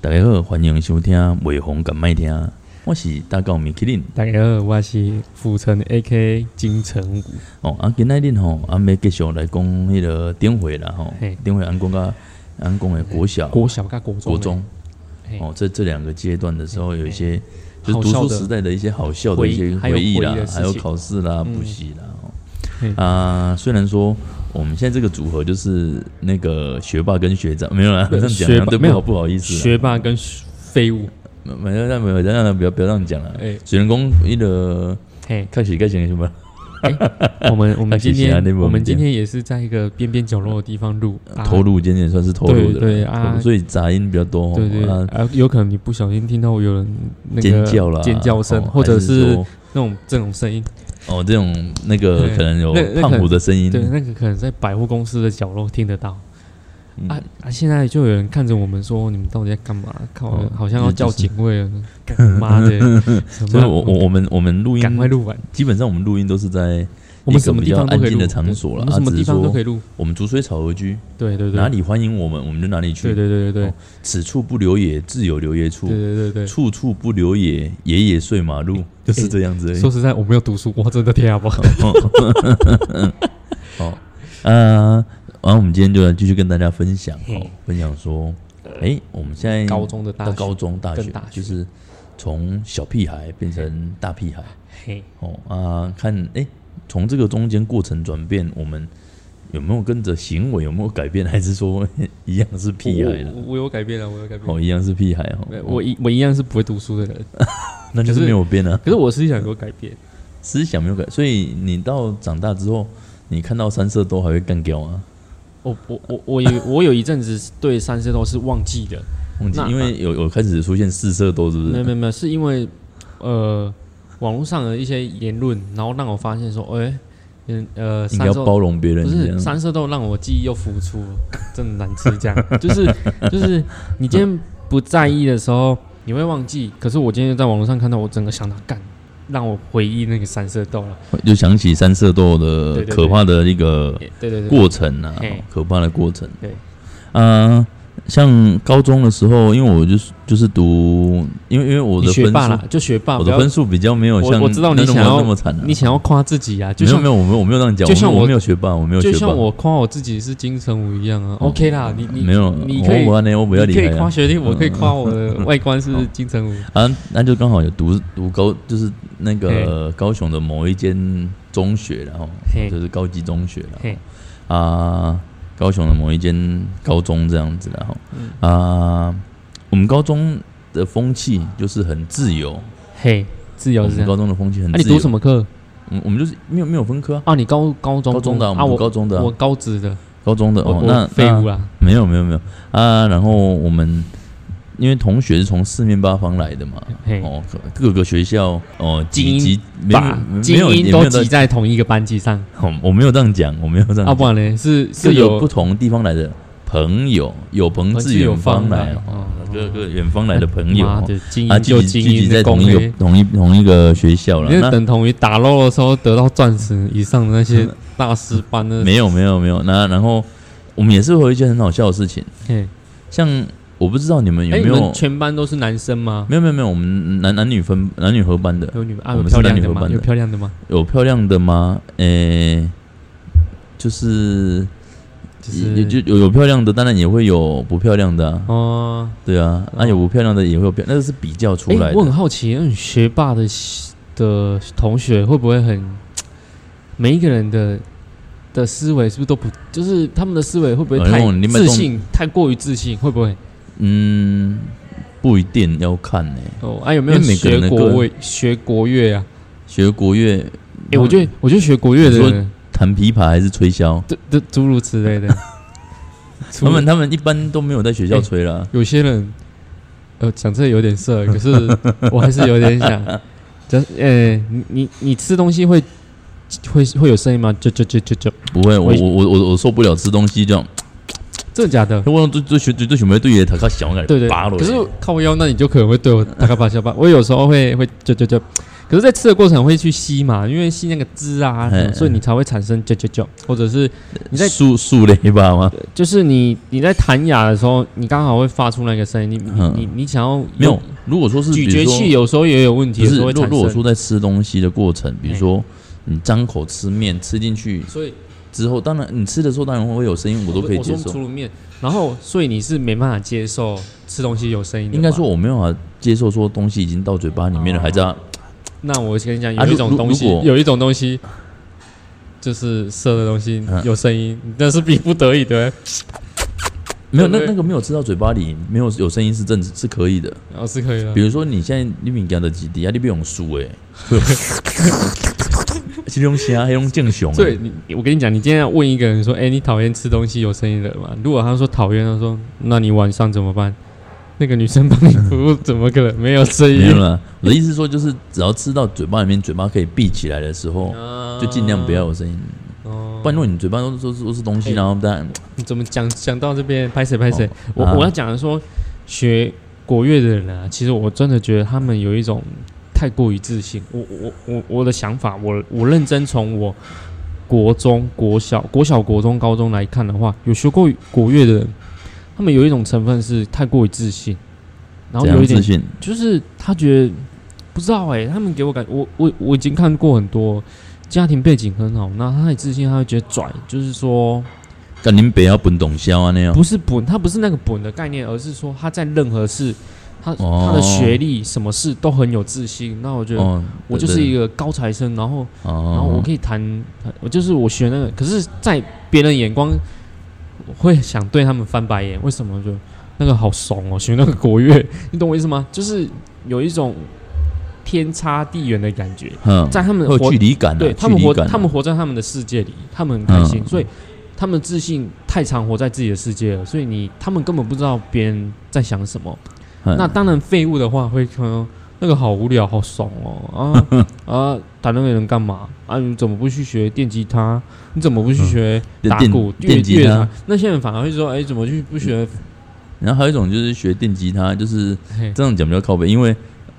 大家好，欢迎收听《袂红敢麦听》，我是大高米克林。大家好，我是府城 A.K. 金城武。哦，啊，今仔日吼，俺要继续来讲迄个顶回啦吼嘿，顶回俺讲到俺讲的国小、国小跟国中，欸国中嘿哦，这这两个阶段的时候，有一些就是嘿读好书笑的时代的一些好笑的回一些还有回忆啦回忆的，事还有情考试啦、嗯补习啦。哦嘿啊，虽然说我们现在这个组合就是那个学霸跟学长，没有啦，这对样讲学好像霸对不没有好不好意思啊。学霸跟废物，没没有让没有让让不要不要这样讲了。哎水人工一个 ，嘿开始该讲什啊么？我们我们今那是谁啊天那我们今天也是在一个边边角落的地方录，啊投入今天也算是投入的，对对投入啊所以杂音比较多哦。对对啊啊，有可能你不小心听到有人那尖个叫啦，尖叫声，哦或者还是是说那种这种声音，哦这种那个对可能有那那可胖虎的声音，对，那个可能在百货公司的角落听得到。嗯啊啊！现在就有人看着我们说：“你们到底在干嘛？靠，哦好像要就是叫警 卫了！”干妈的，所以我我我们我们录赶快音，录完。基本上我们录音都是在我们什么地方都可以一个比较安静录的场所啦啊我们什么地方都可以录。我们逐水草而居，对对对，哪？里欢迎我们，我们就哪里对去。对对对对哦此处不留爷，自有留爷处对；对对处处不留爷，爷爷睡马路，就是这样子而对。已。哎说实在，我没有读书，我真的听不懂。哦，呃，然后我们今天就来继续跟大家分享哦嘿，分享说，哎、我们现在 高中的大到学高中、大学跟，大学就是从小屁孩变成大屁孩嘿，哦啊、看哎，从、这个中间过程转变，我们有没有跟着行为有没有改变，还是说一样是屁孩我了？我我有改变了，我有改变。哦，一样是屁孩哦，哦没有哦我一我一样是不会读书 的人，那就是可是没有变啊，可是我思想有改变。思想没有改，所以你到长大之后，你看到三色豆还会干掉啊？我我我我有我有一阵子对三色豆是忘记的，忘记那因为有有开始出现四色豆， 是不没有是？没有没有，是因为呃网络上的一些言论，然后让我发现说，哎，嗯呃，应三该色要豆包容别人不这是样。三色豆让我记忆又浮出，真的难吃。这 样就是就是你今天不在意的时候，你会忘记。可是我今天在网络上看到，我整个想到干，让我回忆那个三色豆了。就想起三色豆的对对对可怕的一个对对对，过程啊嘿，可怕的过程。对，啊，像高中的时候，因为我就是就是读，因为因为我你的分学霸啦数，，就学霸。我不的要分数比较没有像我我知道你那种想要那么惨啊。你想要夸自己啊，就没有像没有，我没有我没有这样讲，就像我没有我我没有学霸，我没有就学像霸，哦我夸我自己是金城武一样啊。OK 啦，你你没有，你可以我我呢，我比较你厉可以害夸啊学历，我可以夸我的外观 是金城武。啊，那就刚好有读读高，就是那个嘿高雄的某一间中学，然后嘿就是高级中学了。嘿，啊，高雄的某一间高中这样子然后嗯啊，我们高中的风气就是很自由，嘿，自我由是这们样。高中的风气很啊，自由。你读什么？么课？我们我们就是没有没有分科啊，啊，你高高中高中的啊啊，我们我高中的啊我高职的，高中的我哦，我那废物啊那啦，没有没有没有啊，然后我们因为同学是从四面八方来的嘛，嘿，哦，各各个学校哦，精英集集没有把没精有也英没都有到挤在同一个班级上，我我没有这样讲，我没有这样啊，讲，不然呢是各是有有不同地方来的朋友，有朋自远方来，哦各个远方来的朋友哎妈哦的精啊，英聚就集精聚集英在的同公一约个。同一同一个学校了。因为那等同于打肉的时候得到钻石以上的那些大师班的，嗯没有没有没有，那然后我们也是会有一些很好笑的事情，嘿像我不知道你们有哎，没你有们，全班都是男生吗？没有没有没有，我们男男女分男女合班的，有女我啊，有们是漂亮男女的合班吗？的有漂亮的吗？有漂亮的吗？诶，就是就也是就有有漂亮的，当然也会有不漂亮的啊，哦，对啊，那、哦有不漂亮的也会有漂，那是比较出哎来的。我很好奇，嗯，学霸的的同学会不会很每一个人的的思维是不是都不就是他们的思维会不会呃那太种你们自信，太过于自信，会不会？嗯，不一定要看欸呢、哦，啊，有没有因为每个人学的国个乐学国乐啊？学国乐，哎、我觉得我觉得学国乐的你说人，弹琵琶还是吹箫，这这诸如此类的，除 他们他们一般都没有在学校吹啦。有些人，呃，讲这有点色，可是我还是有点想，就是呃、你你你吃东西会会会有声音吗？就就就就就，不会，我我我我我我受不了吃东西这样，真的假的？我最最最最想要对着他 较小眼对对，拔落可去。是靠腰，那你就可能会对我大概八下巴。我有时候会会就就就，可是，在吃的过程会去吸嘛，因为吸那个汁啊，嗯所以你才会产生啾啾啾，或者是你在树树雷吧吗？就是你你在弹牙的时候，你刚好会发出那个声音，你你嗯你你想要没有，如果说是咀比嚼如说器，有时候也有问题，不有是时候会如产如果生。哎说在吃东西的过程，比如说你张口吃面，吃进去所以之后，当然你吃的时候当然会有声音，我都可以接说受除。了面，然后所以你是没办法接受吃东西有声音的吧。应该说我没有办法接受说东西已经到嘴巴里面啊了，还在那我跟你讲，啊有一如种如东西，如果有一种东西，就是射的东西嗯有声音，那是逼不得已的。没有那对那个没有吃到嘴巴里，没有有声音是正是可以的。然后哦是可以的比。如说你现在你敏感的基地啊，你不用输 哎，是用虾还用正哎熊所以你，我跟你讲，你今天要问一个人说：“哎、你讨厌吃东西有声音的吗？”如果他说讨厌，他说：“那你晚上怎么办？”那个女生帮你服 务，怎么可能没有声没有音？了。我的意思是说，就是只要吃到嘴巴里面，嘴巴可以闭起来的时候，啊就尽量不要。有声音。哦不然，如果你嘴巴都都是都是东西，哎然后当然你怎么讲讲到这边？拍谁拍谁哦？我啊我要讲的说，学国乐的人啊，其实我真的觉得他们有一种太过于自信。我我我我的想法，我我认真从我国中、国小、国小、国中、高中来看的话，有学过国乐的人，他们有一种成分是太过于自信，然后怎有样一点自信，就是他觉得不知道哎、他们给我感我我我已经看过很多家庭背景很好，那他很自信，他会觉得拽，就是说但你们不要本懂销啊那样。不是本，他不是那个本的概念，而是说他在任何事，他、哦他的学历什么事都很有自信。那我觉得哦，我就是一个高材生，然后对，然然后我可以弹，我就是我学那个，可是，在别人眼光我会想对他们翻白眼，为什么就那个好怂哦，学那个国乐，你懂我意思吗？就是有一种天差地远的感觉，嗯，在他们会有活距离感啊，对他距们离活，感啊，他们活在他们的世界里，他们很开心，嗯所以他们自信太常活在自己的世界了，所以你他们根本不知道别人在想什么。嗯那当然，废物的话会说那个好无聊，好爽哦 啊啊，打那个人干嘛啊？你怎么不去学电吉他？你怎么不去学嗯电打电鼓、乐电吉乐他团，？那些人反而会说，哎，怎么去不学？然后还有一种就是学电吉他，就是嘿这样讲比较靠背，因为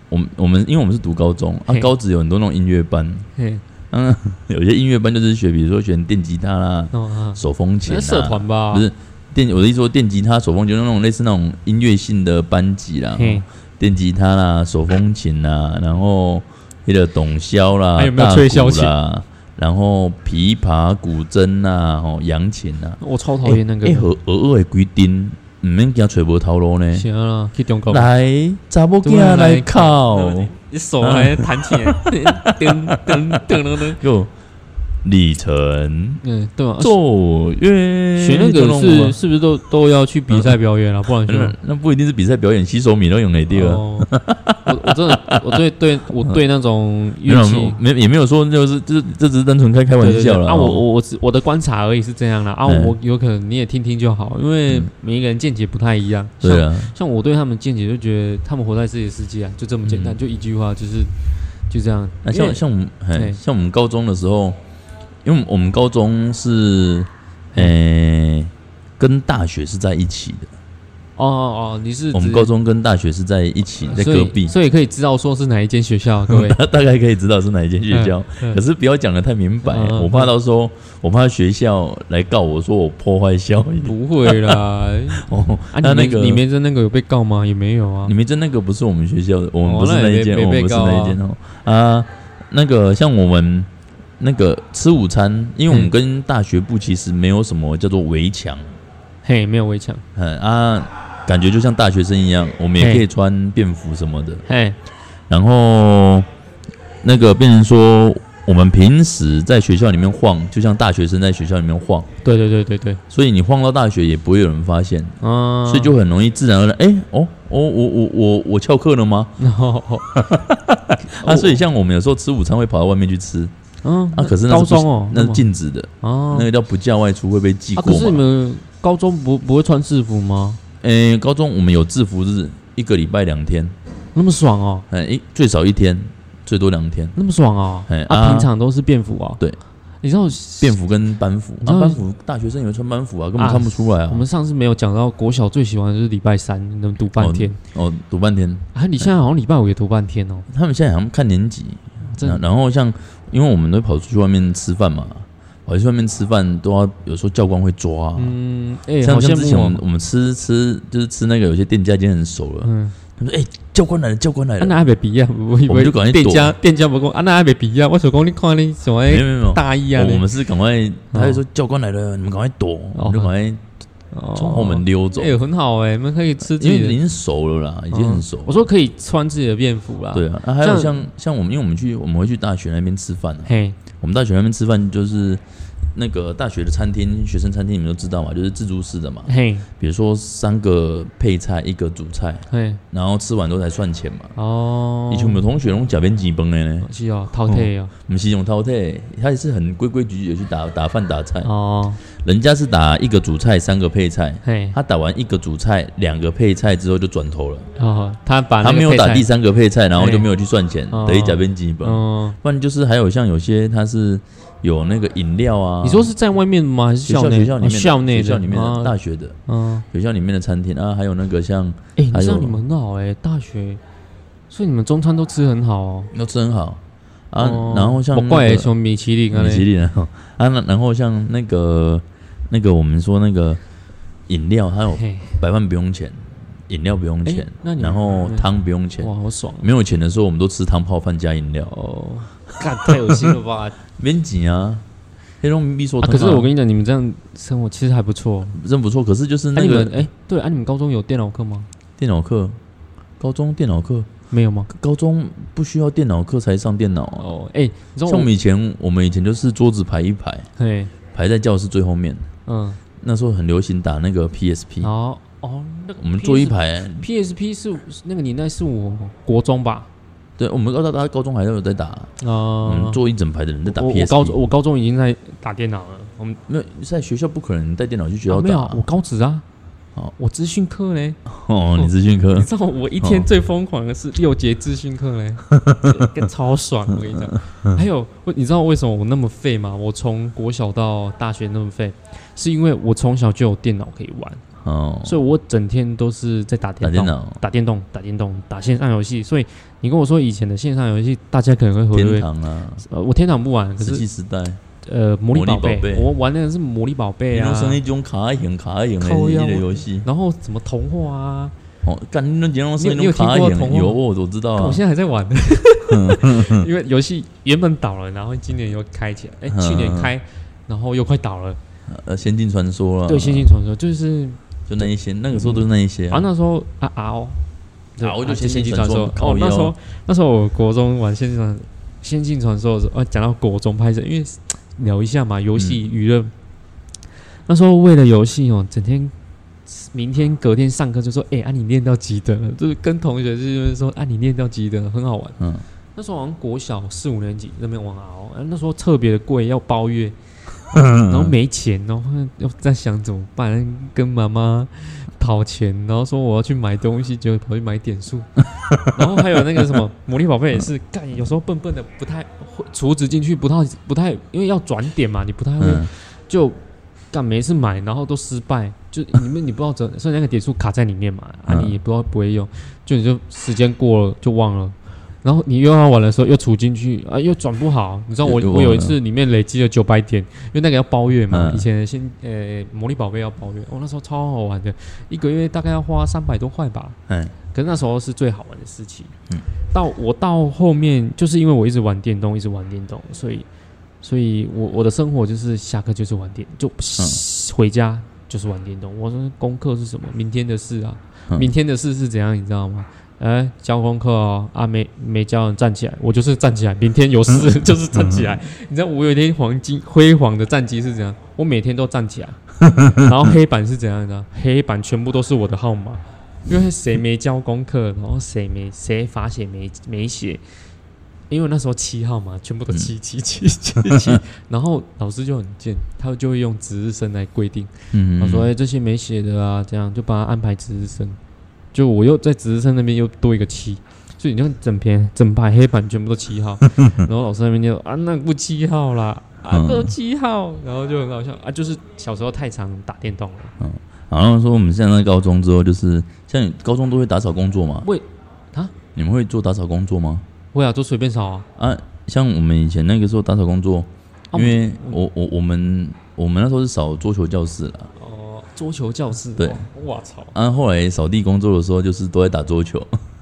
我们我们因为我们是读高中啊嘿，高职有很多那种音乐班，嘿，嗯， 有些音乐班就是学，比如说学电吉他啦、哦啊，手风琴那啊，社团吧，不是电，我的意思说电吉他、手风琴那种类似那种音乐性的班级啦，嘿，电吉他啦、手风琴啦，然后那个董箫啦，还有没有大吹箫鼓琴啦，然后琵琶、古筝啦、哦扬琴啦，我超讨哦厌那个哎，。和额外的规定，唔免惊吹无头路呢。行啊，去中国。来，查某啊囝来考，你手来弹 琴，噔噔噔噔噔，就李晨嗯，对吧？奏乐，学那个这种是是不是都都要去比赛表演了？啊不然就那那不一定是比赛表演，洗手米都用的对啊。哦我我真的我对对我对那种没嗯乐有器没有也没有说就是就是这只是单纯开开玩对对对笑了啊，我我我只我的观察而已是这样啦。啊，嗯我有可能你也听听就好，因为每一个人见解不太一样。对啊，像我对他们见解就觉得他们活在自己的世界啊，就这么简单，嗯就一句话就是就这样。那因为啊像像我们对嘿像我们高中的时候，因为我们高中是嗯诶跟大学是在一起的，哦哦哦，你是我们指高中跟大学是在一起，在所隔以壁，所以可以知道说是哪一间学 。校，各位大大概可以知道是哪一间学校，嗯 嗯可是不要讲的太明白，嗯嗯我怕到时候我怕学校来告我说我破坏校 园。不会啦， 哦，啊，那那你们个你们在那个有被告吗？也没有啊你。们真那个不是我们学校的，我们哦不是那也一没间，没我们被不是告那一啊间哦啊，那个像我们那个吃午餐，因为我们嗯跟大学部其实没有什么叫做围墙， 嘿，没有围墙。嗯啊，感觉就像大学生一样，我们也嘿可以穿便服什么的，嘿，然后那个变成说。我们平时在学校里面晃，就像大学生在学校里面晃，对对对对对，所以你晃到大学也不会有人发现，啊，所以 就很容易自然而然，哎、哦哦，我我我我翘课了吗？然后，哦啊，所以像我们有时候吃午餐会跑到外面去吃，嗯啊，可是那高是不中哦，那是吗禁止的，哦那个叫不教外出会被记啊，过可是你嘛。们高中不不会穿制服吗？诶，哎高中我们有制服日，一个礼拜两天，那么爽哦，哎，一最少一天，最多两天。那么爽哦哎，啊，啊平常都是便服哦。对，你知道便服跟班服你，知啊，道班服大学生也会穿班服啊，根本啊看不出来我啊。们上次没有讲到国小最喜欢的就是礼拜三能读半天哦，读半天，啊，你现在好像礼拜五也读半天哦。他们现在好像看年级，真然然后像因为我们都跑出去外面吃饭嘛，跑出去外面吃饭都要有时候教官会抓啊、嗯，哎、好像像羡之前慕我们哦。我们吃吃就是吃那个有些店家已经很熟了，嗯，他们说哎、教官来了教官来啊了，那还没毕业，我以我们为就赶快店躲家店家不讲，啊那还没毕业，我想讲你看你什么没有没有没有，大一啊我呢？我们是赶快，他就说教官来了，你们赶快躲，我们就赶快哦从后门溜走，哎、很好哎、你们可以吃自因为己的哦已经熟了啦，已经很熟了。我说可以穿自己的便服啦。对，啊，啊还有这样像像我们，因为我们去我们会去大学那边吃饭啊，嘿，我们大学那边吃饭就是那个大学的餐厅，学生餐厅你们都知道嘛，就是自助式的嘛，嘿，比如说三个配菜，一个主菜，嘿，然后吃完都才算钱嘛。哦，以前我们有同学用假边几崩的呢，是哦，淘汰哦，我们是用饕餮，他也是很规规矩矩的去打打饭打菜，哦，嗯人家是打一个主菜三个配菜，嘿，他打完一个主菜，两个配菜之后就转头了，哦，他把他那个没有配打菜第，三个配菜，然后嘿就没有去算钱，哦等于假边基本。嗯，不然就是还有像有些它是有那个饮料啊，你说是在外面吗？还是学校内？学校里面的哦校内的学校里面的哦大学的嗯，学校里面的餐厅啊，还有那个像哎，你还知道有你们很好哎，大学，所以你们中餐都吃很好哦。都吃很好啊哦，然后像我那怪个什么米其林啊米其嘞？林然后 啊，那然后像那个那个我们说那个饮料，还有嘿，白饭不用钱，饮料不用钱哎那，你然后嗯汤不用钱。哇，好爽没有钱的时候，我们都吃汤泡饭加饮料， 哦！干，太恶心了吧！啊，免钱啊。黑龙必说、可是我跟你讲，你们这样生活其实还不错。啊真不错，可是就是嗯那那你个们哎，对啊，你们高中有电脑课吗？电脑课，高中电脑课，没有吗？高中不需要电脑课才上电脑啊。哦，哎，你知道像我我们以前，我们以前就是桌子排一排，嘿，排在教室最后面。嗯，那时候很流行打那个 PSP，、然后哦，那个我们坐一 PS 排。 PSP 是是那个年代是我国中吧？对，我们高大大高中还有在打，我啊们，坐一整排的人在打我我 PSP。高我高中已经在打电脑了，我们没有在学校不可能带电脑去学啊校没打、有啊，我高职啊哦，我资讯课嘞， 哦，你资讯 你课知道我一天哦最疯狂的是六节资讯课嘞， 这个超爽，我跟你讲。还有，我你知道为什么我那么废吗？我从国小到大学那么废，是因为我从小就有电脑可以玩，哦，所以我整天都是在打打电电动。脑打电动、打电动、打线上游戏，所以你跟我说以前的线上游戏，大家可能会回天味。堂啊，呃，我天堂不玩，可石是器时代，呃，魔力魔力宝贝宝，贝我玩那个是魔力宝贝你啊弄，成一种卡型卡型的靠一腰啊类游戏。然后什么童话啊，哦，干，你弄成弄成你一你有种听卡过型的童话有我我知道啊我。现在还在玩，因为游戏原本倒了，然后今年又开起来，哎，去年开，然后又快倒了。呃，《仙境传说》啦，对，《仙境传说》就是就那一些，那个时候都是那一些啊，啊。那时候啊啊哦，对啊我就啊仙仙境境传说说》靠哦，那腰时候那时候我国中玩《仙境传》《仙境传说》的时候，啊，讲到国中拍摄，因为聊一下嘛，游戏娱乐。那时候为了游戏哦，整天明天隔天上课就说，哎、啊你练到几等了？就是跟同学就是说，啊你练到几等了，很好玩。嗯，那时候好像国小四五年级那边玩熬，啊那时候特别的贵，要包月，嗯然后没钱，然后又在想怎么办，跟妈妈讨钱，然后说我要去买东西，结果跑去买点 数，然后还有那个什么魔力宝贝也是，干有时候笨笨的不太会储值进去，不太不太，因为要转点嘛，你不太会、嗯，就干每次买，然后都失败，就你们你不知道怎，所以那个点数卡在里面嘛，啊，嗯你也不知道不会用，就你就时间过了就忘了，然后你又要玩的时候又储进去啊，又转不好，你知道我又又忘我了有一次里面累积了九百点，因为那个要包月嘛，嗯以前先呃魔力宝贝要包月，哦我、那时候超好玩的，一个月大概要花三百多块吧，哎，可是那时候是最好玩的事情。嗯到我到后面，就是因为我一直玩电动，一直玩电动，所以，所以我我的生活就是下课就是玩电，就、嗯回家就是玩电动。我说功课是什么？明天的事啊，嗯明天的事是怎样？你知道吗？哎，交功课哦，啊，没没交人站起来，我就是站起来，明天有事 就是站起来。你知道我有一天黄金辉煌的战绩是怎样？我每天都站起来，然后黑板是怎样的？黑板全部都是我的号码，因为谁没交功课，然后谁没谁罚写没没写，因为那时候七号嘛，全部都七七七七七，然后老师就很贱，他就会用值日生来规定，嗯，他说：“哎、这些没写的啊，这样就把他安排值日生。”就我又在值日生那边又多一个七，所以你看整篇整排黑板全部都 七号，然后老师那边就啊那不七号啦，啊嗯都七号，然后就很好笑啊，就是小时候太常打电动了，好像说我们现在在高中之后，就是像你高中都会打扫工作嘛？会啊？你们会做打扫工作吗？会啊，都随便扫啊，啊，像我们以前那个时候打扫工作，因啊为我我我们我们那时候是扫桌球教室啦，哦，桌球教室，对，我操，啊，后来扫地工作的时候就是都在打桌球，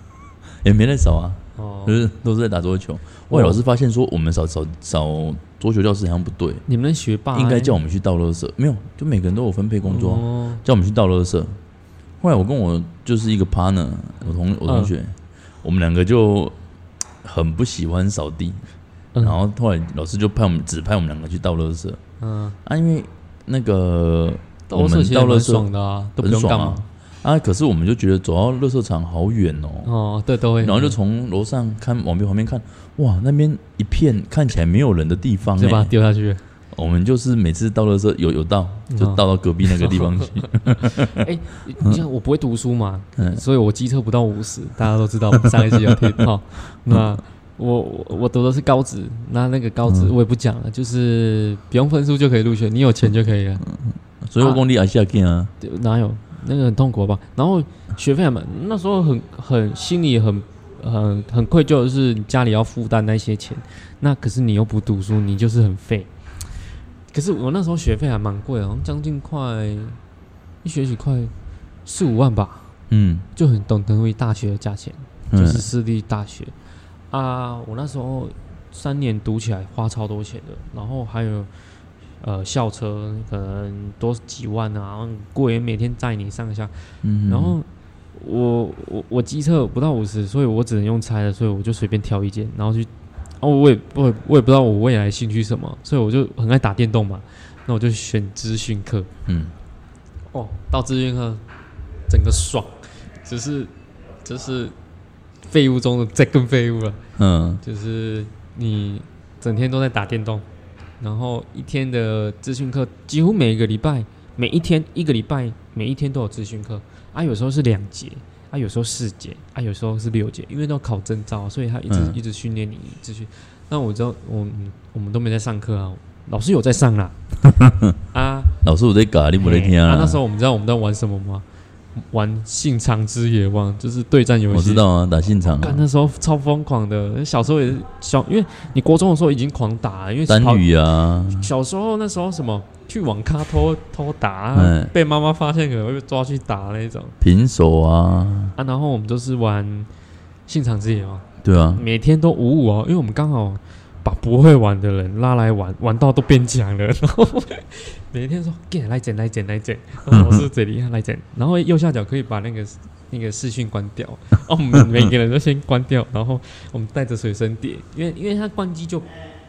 也没在扫啊，哦就，是都是在打桌球。后来老师发现说我们扫扫扫桌球教室好像不对，你们那学霸欸应该叫我们去倒垃圾，没有，就每个人都有分配工作啊，哦叫我们去倒垃圾。后来我跟我就是一个 partner，我同嗯我同学，我们两个就很不喜欢扫地，嗯然后后来老师就派我们指派我们两个去倒垃圾嗯，啊，因为那个倒我垃圾们其实倒垃蛮圾爽的啊，都不很用干爽啊嘛，啊，可是我们就觉得走到垃圾场好远哦，哦，对，都会，然后就从楼上看往边旁边看，哇，那边一片看起来没有人的地方、就把它欸，丢下去。我们就是每次倒垃圾有有倒就嗯倒到隔壁那个地方 去，哎，你像我不会读书嘛，嗯所以我机测不到五十，大家都知道，上一集有听到。那我我我读的是高职，那那个高职我也不讲了，就是不用分数就可以入学，你有钱就可以了，所以我工地还下见啊。对哪有那个很痛苦好不好？然后学费还蛮，那时候很很心里很很很愧疚，的是你家里要负担那些钱，那可是你又不读书，你就是很废。可是我那时候学费还蛮贵的，好像将近快一学期快四五万吧。嗯，就很懂得为大学的价钱，嗯就是私立大学、啊。我那时候三年读起来花超多钱的，然后还有呃校车可能多几万啊，很贵，每天载你上下。嗯然后我我我机测不到五十，所以我只能用猜的，所以我就随便挑一间，然后去。哦，我也我也我也不知道我未来兴趣什么，所以我就很爱打电动嘛，那我就选资讯课。嗯，哦，到资讯课整个爽，只是就是废物中的再更废物了，嗯就是你整天都在打电动，然后一天的资讯课几乎每一个礼拜，每一天一个礼拜每一天都有资讯课啊，有时候是两节。啊，有时候四节，啊，有时候是六节，因为都要考证照啊，所以他一直、嗯一直训练你，一直训。那我知道，我们我们都没在上课啊，老师有在上啦。啊，老师我在搞，你不在听啊啊？那时候我们知道我们在玩什么吗？玩信长之野望，就是对战游戏。我知。道啊，打现场啊，干那时候超疯狂的，小时候也是小，因为你国中的时候已经狂打了，因为单跑语啊，小时候那时候什么去网咖偷偷打啊、嗯被妈妈发现可能会被抓去打那种平手啊，啊。然后我们就是玩信长之野望，对啊，每天都五五哦，因为我们刚好把不会玩的人拉来玩，玩到都变强了，然后每天说给来整来整来整，然后老师最厉害来整，然后右下角可以把那个那个视讯关掉，哦，我们每个人都先关掉，然后我们带着随身碟，因为因为它关机就。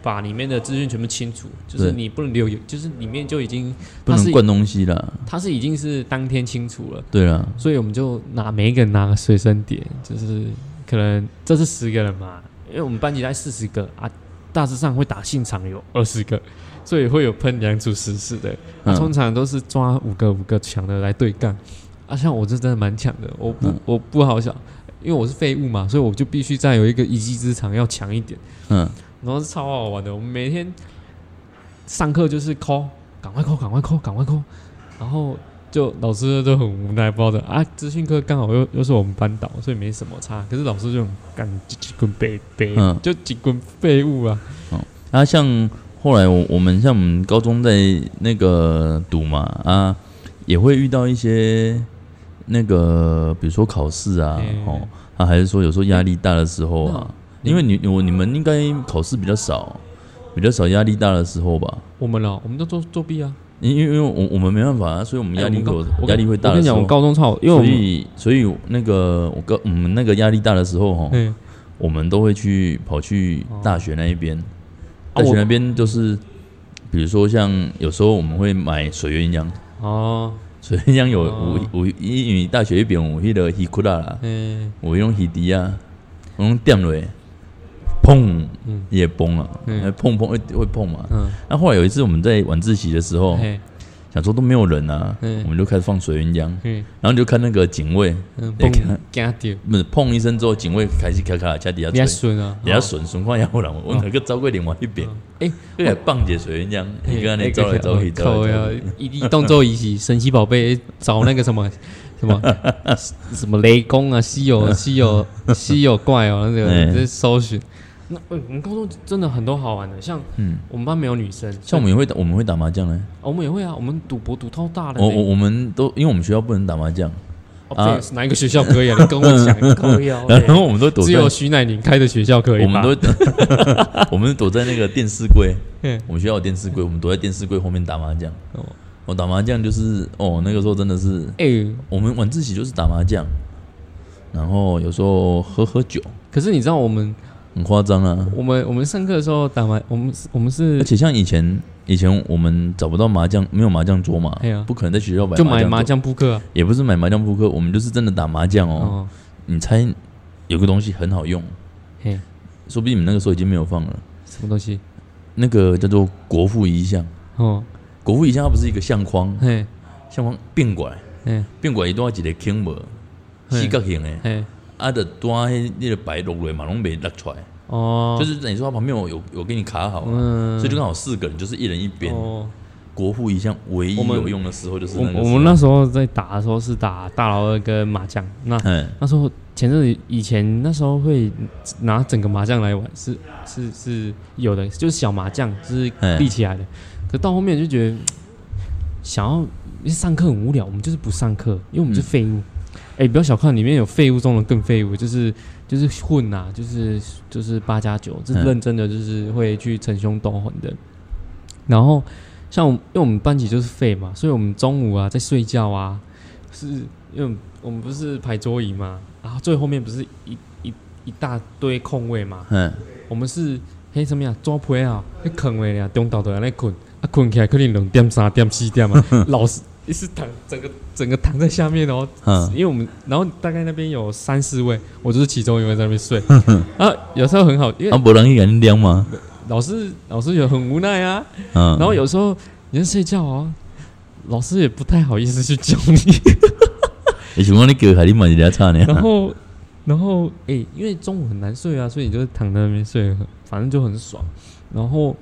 把里面的资讯全部清除，就是对你不能留有，就是里面就已经不它能是灌东西啦，它是已经是当天清除了，对啊啦，所以我们就拿每一个人拿个随身碟，就是可能这是十个人嘛，因为我们班级大概四十个啊，大致上会打现场有二十个，所以会有喷两组十四的，啊、嗯通常都是抓五个五个强的来对干，啊，像我这真的蛮强的，我不、嗯我不好想，因为我是废物嘛，所以我就必须再有一个一技之长要强一点，嗯，然后是超好玩的，我们每天上课就是 call，赶快 call，赶快 call，赶快 call，然后就老师就很无奈，不知道的啊。资讯课刚好又又是我们班导，所以没什么差。可是老师就很干就几棍背背，嗯就几棍废物啊。啊，像后来我我们像我们高中在那个读嘛啊，也会遇到一些那个，比如说考试啊，嗯哦，啊，还是说有时候压力大的时候啊，那因为你我你们应该考试比较少，比较少压力大的时候吧。我们哦，我们都作作弊啊，因因因为我我们没办法啊，所以我们哎压力我有们高我压力会大我的跟时你讲，我候，高中超好，因为我所们以所以那个我跟我们那个压力大的时候哈，嗯，哦我们都会去跑去大学那一边，啊大学我那边就是比如说像有时候我们会买水鸳鸯，哦，水鸳鸯有哦有有因为大学那边有迄个鱼窟啦啦，嗯有用鱼笛啊，我用点落，砰嗯也崩了，嗯哎碰碰会会碰嘛。嗯，那后来有一次我们在晚自习的时候，嘿，想说都没有人啊，嗯我们就开始放水鸳鸯。嗯然后就看那个警卫，嗯，你蹦看加掉，不是碰一声之后，警卫开始咔咔掐底下你还锤，顺啊，底下损损况要不然我哪个招过另外一边，哎。对啊来棒姐水鸳鸯，你跟那招来招去，招口来呀招去，，一一动作一起，神奇宝贝找那个什么 什么 什么雷公啊，稀有稀有稀有怪哦，那个哎你在搜寻，那嗯，我们高中真的很多好玩的，像嗯，我们班没有女生，像我们也会打，我们会打麻将嘞。哦我们也会啊，我们赌博赌到大的我呢。我我们都因为我们学校不能打麻将，哦啊对哪一个学校可以啊？你跟 我讲，可以啊。然后我们都躲只在，有徐乃麟开的学校可以我们吧？都我们躲在那个电视柜嗯，我们学校有电视柜，我们躲在电视柜后面打麻将。哦我打麻将就是哦，那个时候真的是哎、我们晚自习就是打麻将，然后有时候喝喝酒，可是你知道我们很夸张啊。我们我们上课的时候打麻，我们是我们是 而且像以前，以前我们找不到麻将，没有麻将桌嘛，哎呀不可能在学校买就买麻桌，将扑克啊、也不是买麻将扑克，我们就是真的打麻将哦。哦，你猜有个东西很好用，嘿，说不定你们那个时候已经没有放了，什么东西？那个叫做国父遗像。哦，国父遗像它不是一个相框，嘿，相框变拐，嘿，变拐一段一个 king 无，嘿四角形的，嘿，啊，就端迄那个白落来嘛，拢没落出来，哦，就是等于说它旁边有有有给你卡好啊，嗯，所以就刚好四个人，就是一人一边。哦，国父遗像唯一我们有用的时候就是我那个我时候们那时候在打的时候是打大老二跟麻将，那嗯，那时候前阵子以前那时候会拿整个麻将来玩，是是是有的，就是小麻将，就是嗯立起来的。可到后面就觉得想要因为上课很无聊，我们就是不上课，因为我嗯们是废物。哎、不要小看里面有废物中的更废物，就是就是混呐、就是就是八加九，这嗯认真的就是会去逞凶斗狠的。然后像我们因为我们班级就是废嘛，所以我们中午啊在睡觉啊，是因为我们不是排桌椅嘛，然后最后面不是一一一大堆空位嘛，嗯，我们是嘿什么呀，抓皮啊，去坑位呀，中岛的来困，啊困起来可能两点、三点、四点嘛，老师一是躺整个整个躺在下面哦，嗯因为我们然后大概那边有三四位，我就是其中一位在那边睡，啊有时候很好，因嗯啊，为不人去给你量吗？老师老师也很无奈啊，嗯，然后有时候你在睡觉啊，老师也不太好意思去叫你。 你想讲你叫海你啊嘛是较差呢？然后，然后，哎、因为中午很难睡啊，所以你就躺在那边睡，很反正就很爽。然后，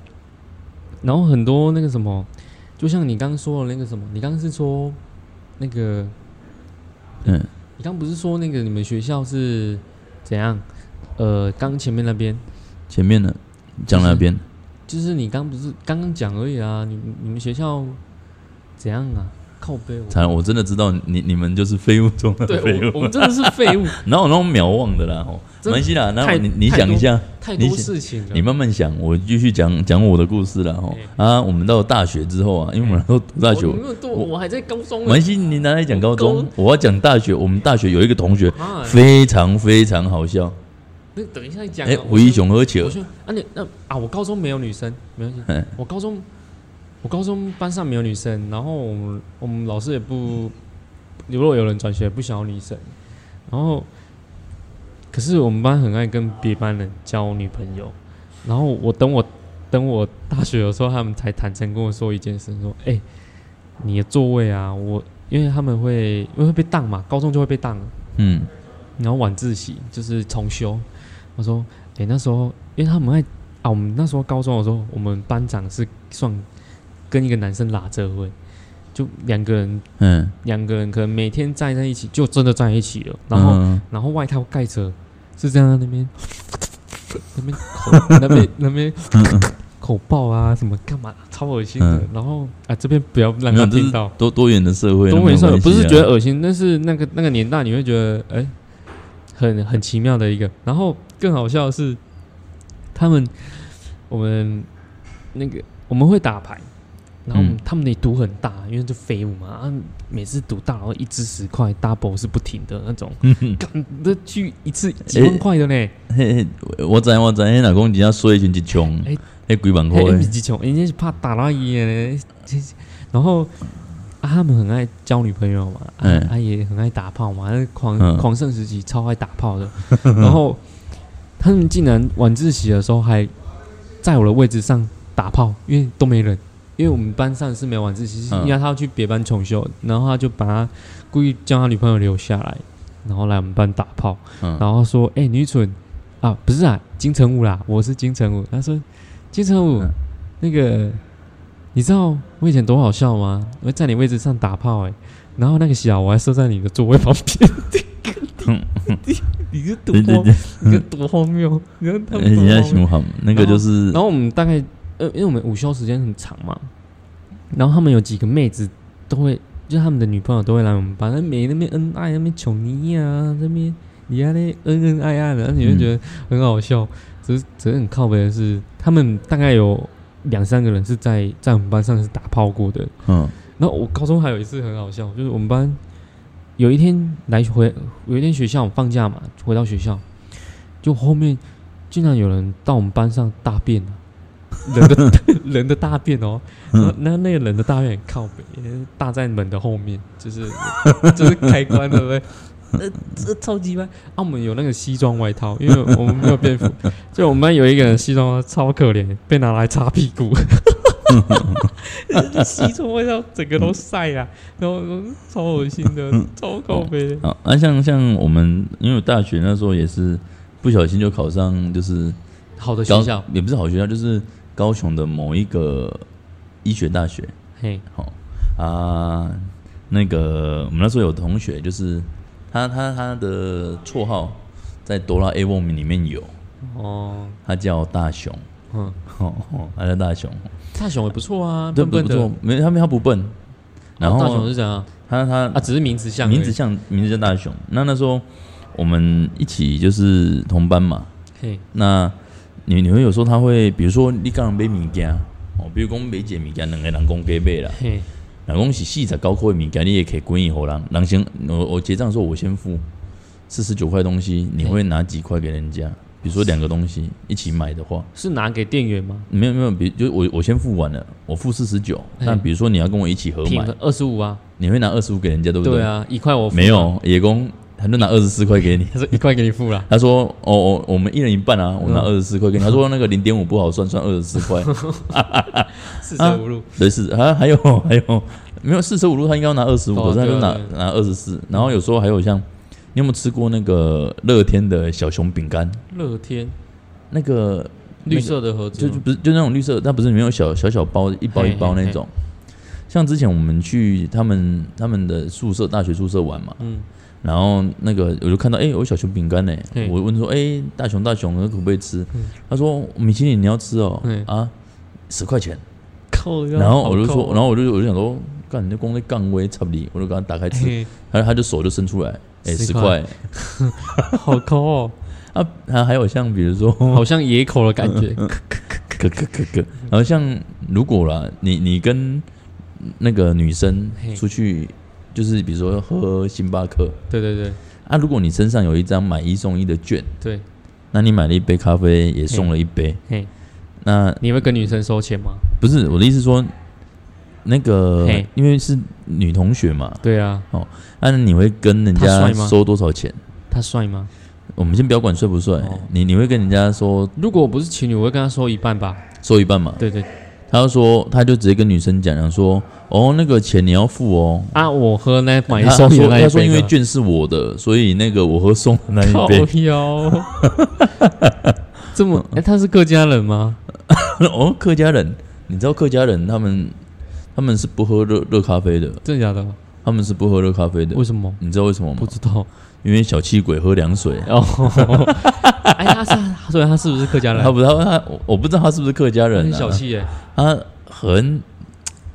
然后很多那个什么，就像你刚刚说的那个什么，你刚刚是说那个，嗯，你刚不是说那个你们学校是怎样？呃，刚前面那边前面呢，讲那边就是你刚不是刚刚讲而已啊，你你们学校怎样啊？靠背我。惨了，我真的知道你你们就是废物中的 废对，我我物们，真的是 废物，哪有那种渺望的啦？哦，真的没关系啦，那太你你太讲一多下，太你多想事情了。你慢慢想，我继续讲讲我的故事啦。哦啊，我们到大学之后啊，因为我们都读大学我，没有多，我我还在高中没呢。关系，你拿来讲高我中高，我要讲大学。我们大学有一个同学啊，非常非常好笑，那等一下再讲啊。哎，我吴一雄喝先，酒我，说啊，你那啊，我高中没有女生，没关系嗯。我高中，我高中班上没有女生，然后我们我们老师也不，如果有人转学不想要女生，然后，可是我们班很爱跟别班人交女朋友，然后我等我等我大学的时候，他们才坦诚跟我说一件事，说，哎、你的座位啊，我因为他们会因为会被当嘛，高中就会被当了。嗯，然后晚自习就是重修。我说，诶，那时候因为他们爱啊，我们那时候高中的时候，我们班长是算跟一个男生拉这会，就两个人嗯，两个人可能每天站在一起，就真的站在一起了。然后、嗯然后外套盖着，是这样在那边那边口 那边那边口爆啊什么干嘛，超恶心的。嗯然后啊这边不要让没有他这是听到。 多多元的社会， 多元社那没会有关系不啊是觉得恶心，但是那个那个年代你会觉得哎、很很奇妙的一个。然后更好笑的是，他们我们那个我们会打牌，然后我们嗯他们的赌很大，因为就废物嘛，啊，每次赌大然后一支十块，double 是不停的那种，嗯干那去一次几万 块的呢，嘿嘿，我知我知，迄老公真正说一群一穷哎，迄几万块还的，比几穷，人家是怕打到一眼呢。然后、啊、他们很爱交女朋友嘛，啊嗯，啊也很爱打炮嘛，那狂、嗯狂盛时期超爱打 炮的。然后他们竟然晚自习的时候还在我的位置上打炮，因为都没人，因为我们班上是没有晚自习，是嗯因为他要去别班重修，然后他就把他故意叫他女朋友留下来，然后来我们班打炮。嗯，然后说：“哎、女蠢啊，不是啊，金城武啦，我是金城武。”他说：“金城武，嗯那个你知道我以前多好笑吗？我在你位置 上打炮哎、然后那个小我还射在你的座位旁边， 你是多对对对，你是多荒谬， 你看他们多人家荒谬循环那个就是然后我们大概呃，因为我们午休时间很长嘛，然后他们有几个妹子都会，就是他们的女朋友都会来我们班，那每那边恩爱，那边求你啊，那边你啊那恩恩爱爱的，然后你会觉得很好笑。只是只是很靠北的是，他们大概有两三个人是在在我们班上是打炮过的。嗯然后我高中还有一次很好笑，就是我们班有一天来回有一天学校我们放假嘛，回到学校，就后面竟然有人到我们班上大便了、人的 人的大便哦，那那那个人的大便很靠北，大在门的后面，就是就是开关对不对？呃，这超级歪！啊，我们有那个西装外套，因为我们没有便服，就我们班有一个人西装外套超可怜，被拿来擦屁股。 西装外套整个都晒啊，然后超恶心的，超靠背的。啊啊，像像我们因为我大学那时候也是不小心就考上就是好的高学校，也不是好学校，就是高雄的某一个医学大学，嘿，好、啊，那个我们那时候有同学，就是他他他的绰号在哆啦 A 梦里面有，哦，他叫大雄，嗯， 哦，哦他叫大雄，大雄也不错啊，对笨不不笨的哦错。，没他没他不笨，然大雄后是怎样他他啊？只是名字像而已，名字像名字叫大雄，那那时候我们一起就是同班嘛，嘿，那你你会有时候他会，比如说你刚买物件，哦，比如讲买一个物件，两个人讲加买啦。嘿，若讲是四十九块的物件，你也可以滚一给人。人先，我我结账的时候我先付四十九块东西，你会拿几块给人家？比如说两个东西一起买的话，是拿给店员吗？没有没有，比就我我先付完了，我付四十九。嗯但比如说你要跟我一起合品买，二十五啊，你会拿二十五给人家，对不对啊，一块我付没，有，野公他就拿二十四块给你。他说一块给你付了，他说：“哦哦，我们一人一半啊，我拿二嗯十四块给你。”他说：“那个零点五不好算，算二十四块。四舍五入，对是啊，还有 还有，没有四舍五入，他应该要拿二十五，哦可是他就对拿啊拿二十四。然后有时候还有像，你有没有吃过那个乐天的小熊饼干？乐天那个绿色的盒子就吗，就不是就那种绿色，它不是里面有小小小包一包一包嘿嘿那种。像之前我们去他们他们的宿舍大学宿舍玩嘛，嗯，然后那个我就看到，哎、有小熊饼干呢嘿。嗯我问说，哎、大熊大熊，可不可以吃？他说米其林你要吃哦嘿，啊，十块钱。靠腰，然后我就好扣说，哦然后我就我就想说，干你这光在杠威差不离，我就给他打开吃，嘿，他他就手就伸出来，哎、 10十块好 抠哦，啊，还还有像比如 说，好像野口的感觉，嗯咯咯咯咯，然后像如果啦，你你跟那个女生嘿出去，就是比如说喝星巴克对对对啊，如果你身上有一张买一送一的券，对，那你买了一杯咖啡，也送了一杯，嘿，那你会跟女生收钱吗？不是我的意思说，那个嘿因为是女同学嘛，对啊，那、你会跟人她家帅吗收多少钱？他帅吗？哦我们先不要管帅不帅，哦你你会跟人家说如果我不是情侣，我会跟他收一半吧。收一半嘛？对对他就说他就直接跟女生讲，讲说哦那个钱你要付哦。啊，我喝那买他收他益的说那他一说杯因为吧券是我的，所以那个我喝送的那一 靠杯。腰，这么嗯哎、他是客家人吗？哦，客家人，你知道客家人他们他们是不喝热热咖啡的，真的假的？他们是不喝热咖啡的。为什么？你知道为什么吗不？知 道因为小气鬼喝凉水。啊哦，哎，他是，所以他是不是客家人？他不知道他，我我不知道他是不是客家他人、很啊，小气耶、他很，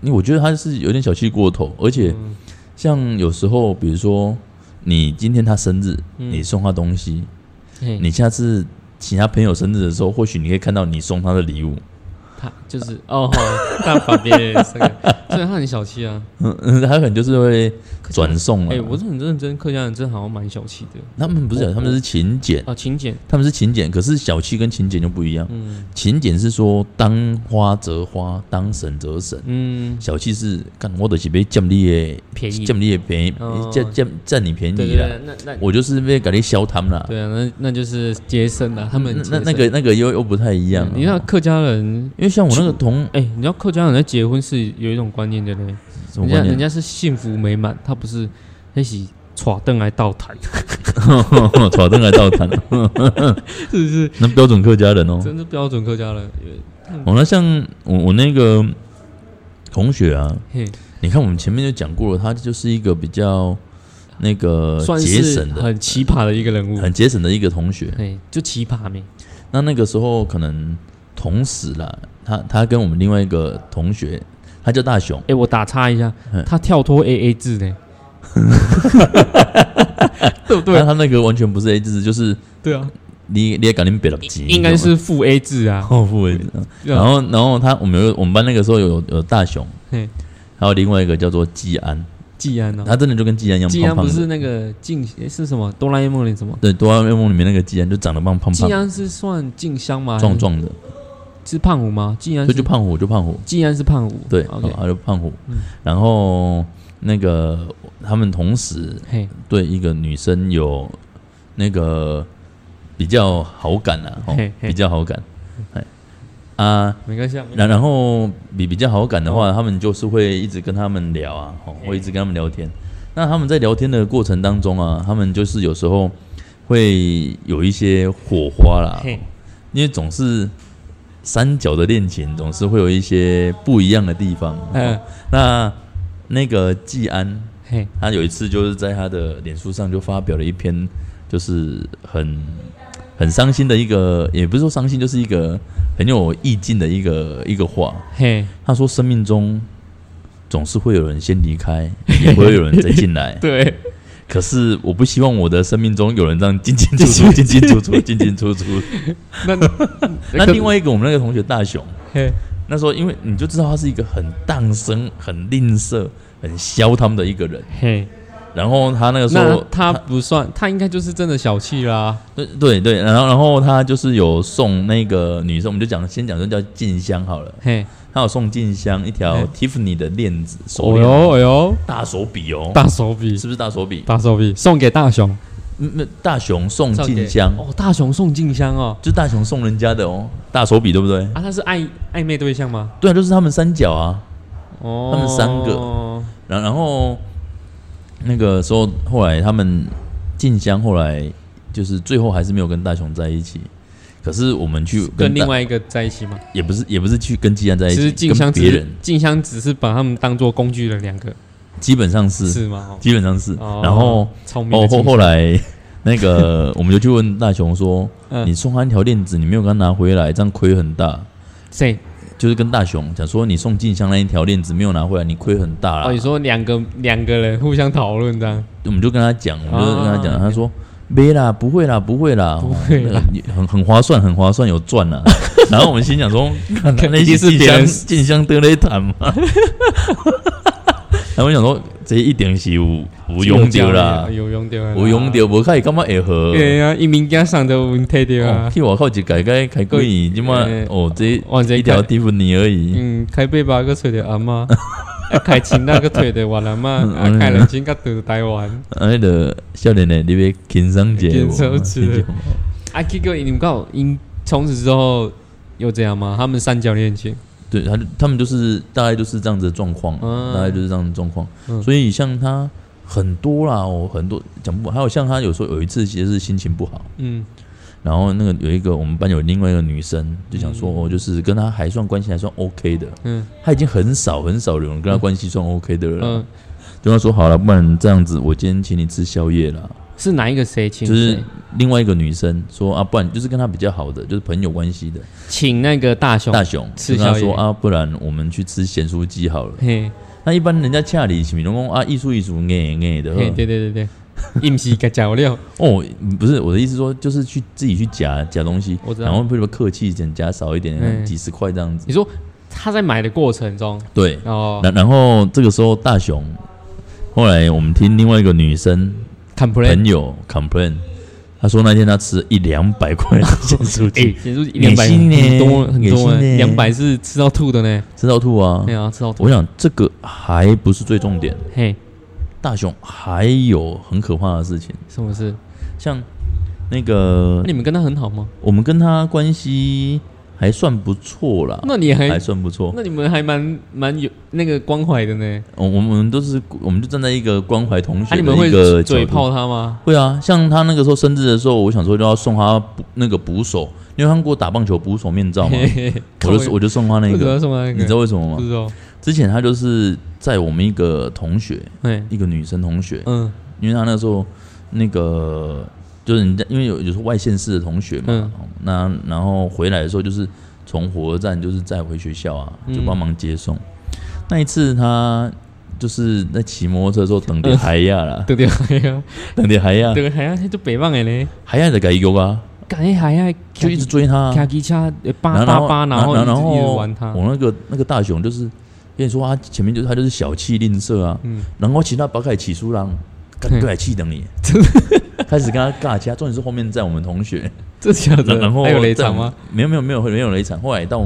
因为我觉得他是有点小气过头，而且嗯像有时候，比如说你今天他生日，嗯你送他东西，嘿你下次其他朋友生日的时候，或许你可以看到你送他的礼物， 他就是哦，但把别人的生 日，所以他很小气啊。嗯嗯，他可能就是会转送了。哎、我是很认真，客家人真的好像蛮小气的他们不是讲，啊我他们是勤俭，啊。勤俭，他们是勤俭，可是小气跟勤俭就不一样。嗯勤俭是说当花则花，当省则省。嗯，小气是干，我的是被占你的便宜，占你的便宜哦，占占占你啊便对宜对了。对，那那我就是被给你消他们啦。对啊，那那就是节省啊了、他们很那那节省嗯个那个又又不太一样啊。你知道客家人，因为像我那个同哎、你知道客家人在结婚是有一种观念的嘞，什么人家观人念，家是幸福美满，他不是那是耍凳来倒台， 耍灯来倒谈，是不是？那标准客家人哦。 真是标准客家人。因为哦，那像我我那个同学啊，嘿，你看我们前面就讲过了，他就是一个比较那个算节省是的、很奇葩的一个人物，呃很节省的一个同学。哎，就奇葩没，那那个时候可能同时啦，他他跟我们另外一个同学，他叫大雄，哎，我打岔一下嗯，他跳脱 A A 制呢， 对不那对？他那个完全不是 A 字，就是对啊，你你也搞定别了急，应该是负 A 制 啊。后父为止。对啊然后然后他我们有我们班那个时候有有大雄，嘿还有另外一个叫做季安，季安呢？他真的就跟季安一样季安胖胖不的。是那个静诶是什么？哆啦 A 梦里什么？对，哆啦 A 梦里面那个季安就长得胖胖季胖安是算静香吗？壮壮的，是胖虎吗？竟然所是以就胖虎就胖虎，竟然是胖虎，对， ，OK，哦他就胖虎嗯。然后那个他们同时嘿，对一个女生有那个比较好感啊，哦嘿，嘿嗯比较好感，哎啊，没关系啊，然然后比比较好感的哦话，他们就是会一直跟他们聊啊，哦，嘿会一直跟他们聊天。那他们在聊天的过程当中啊，他们就是有时候会有一些火花啦，嘿，因为总是三角的恋情总是会有一些不一样的地方。嗯哦那那个季安，嘿，他有一次就是在他的脸书上就发表了一篇，就是很很伤心的一个，也不是说伤心，就是一个很有意境的一个一个话。嘿，。他说：“生命中总是会有人先离开，也会有人再进来 对，可是我不希望我的生命中有人这样进进出出、进进出出、 进进出出。那那另，外一个我们那个同学大雄，嘿，那时候因为你就知道他是一个很荡生、很吝啬、很削他们的一个人。嘿，然后他那个时那候，他不算，他应该就是真的小气啦，对对对，然后然后他就是有送那个女生，我们就讲先讲就叫静香好了，嘿，他有送静香一条哎 Tiffany 的链子，手哦链、呦，哦呦，大手笔哦，大手笔，是不是大手笔？大手笔，送给大雄，嗯那大雄送送给静香，哦，大雄送静香哦，就大雄送人家的哦，大手笔对不对？啊，他是暧暧昧对象吗？对啊，就是他们三角啊。哦，他们三个，然然后那个时候，后来他们静香后来就是最后还是没有跟大雄在一起。可是我们去跟大另外一个在一起吗？也不是也不是去跟季安在一其实起，静香跟只别人是静香只是把他们当做工具人两个，基本上是是吗？基本上是。哦然后聪明哦的静后香，后来那个 我们就去问大雄说：“嗯你送他一条链子，你没有给他拿回来，这样亏很大。谁？”就是跟大雄讲说：“你送静香那一条链子没有拿回来，你亏很大啦。哦，你说两个两个人互相讨论这样，我们就跟他讲，我们就跟他讲，啊他说。没啦，不会啦，不会啦，不会啦哦那个很很划算，很划算，有赚 啦。然后我们心想说，看肯那定是是别人香进香得了一谈嘛。 然后我想说，这一点是无无用掉啦，有用掉啦，无用。掉，无开干嘛会合？对啊，一名家上都问题掉哦啊，去外口一改改开贵年，即嘛嗯哦，这哇，这一条蒂芙尼而已。嗯，开背包个吹的阿 妈，啊开钱那个吹的我阿妈，嗯啊开人钱个到台湾，啊，迄个少年的，你别轻松些有无。轻松些那种啊，结果你们告因从此之后又这样吗？他们三角恋情， 对，他就他们就是大概就是这样子的状况，嗯大概就是这样的状况。嗯所以像他很多啦，哦，很多讲不完，还有像他有时候有一次其实是心情不好，嗯，然后那个有一个我们班有另外一个女生就想说，哦，就是跟他还算关系还算 OK 的，嗯他已经很少很少有人跟他关系算 OK 的了啦，嗯，对他说好了，不然这样子，我今天请你吃宵夜啦。是哪一个谁请就谁？是另外一个女生说啊，不然就是跟他比较好的，就是朋友关系的请那个大雄大，雄，吃就跟他宵夜说啊，不然我们去吃咸酥鸡好了。嘿，那一般人家恰里是民工啊，艺术艺术哎哎的嘿，对 对对对，硬是个脚料，哦，不是我的意思说，就是去自己去夹夹东西，我知道然后比如客气一点，夹少一点，嗯几十块这样子。你说他在买的过程中，对，哦，然然后这个时候大雄，后来我们听另外一个女生 complain，朋友 complain，她说那天她吃一两百块的咸酥 哎鸡，，其实一两百野心呢很多很野多心欸，呢两百是吃到吐的呢。吃到吐啊对！啊，吃到吐。我想这个还不是最重点，嘿，大雄还有很可怕的事情，什么事？嗯像那个那你们跟他很好吗？我们跟他关系还算不错啦，那你啊还还，算不错。那你们还蛮蛮有那个关怀的呢。我我们都是，我们就站在一个关怀同啊，学你们的会一个角嘴度。炮他吗？会啊，像他那个时候生日的时候，我想说就要送他捕那个捕手，你有看过打棒球捕手面罩吗？我就我就送他那为什么个要，送他那个？你知道为什么不吗？知道？之前他就是在我们一个同学，哎，一个女生同学，嗯，因为他那时候那个就是人家，因为有有时候外县市的同学嘛，嗯哦那然后回来的时候就是从火车站就是再回学校啊，就嗯帮忙接送。那一次他就是在骑摩托车的时候等点海亚啦，嗯对对海呀，等点海亚，对海呀，就北望的嘞，海亚的改油啊，感觉海呀就一直追他啊，卡机车呃然叭后叭叭，然后一然直然一直后玩它，我那个那个大熊就是跟你说啊，前面就是他就是小气吝啬啊，嗯然后其他把凯起诉让，干对对来气等 你，开始跟他尬掐。重点是后面在我们同学，这假的，然后 还有雷在我场们吗？？没有没有没有没有雷场。后来到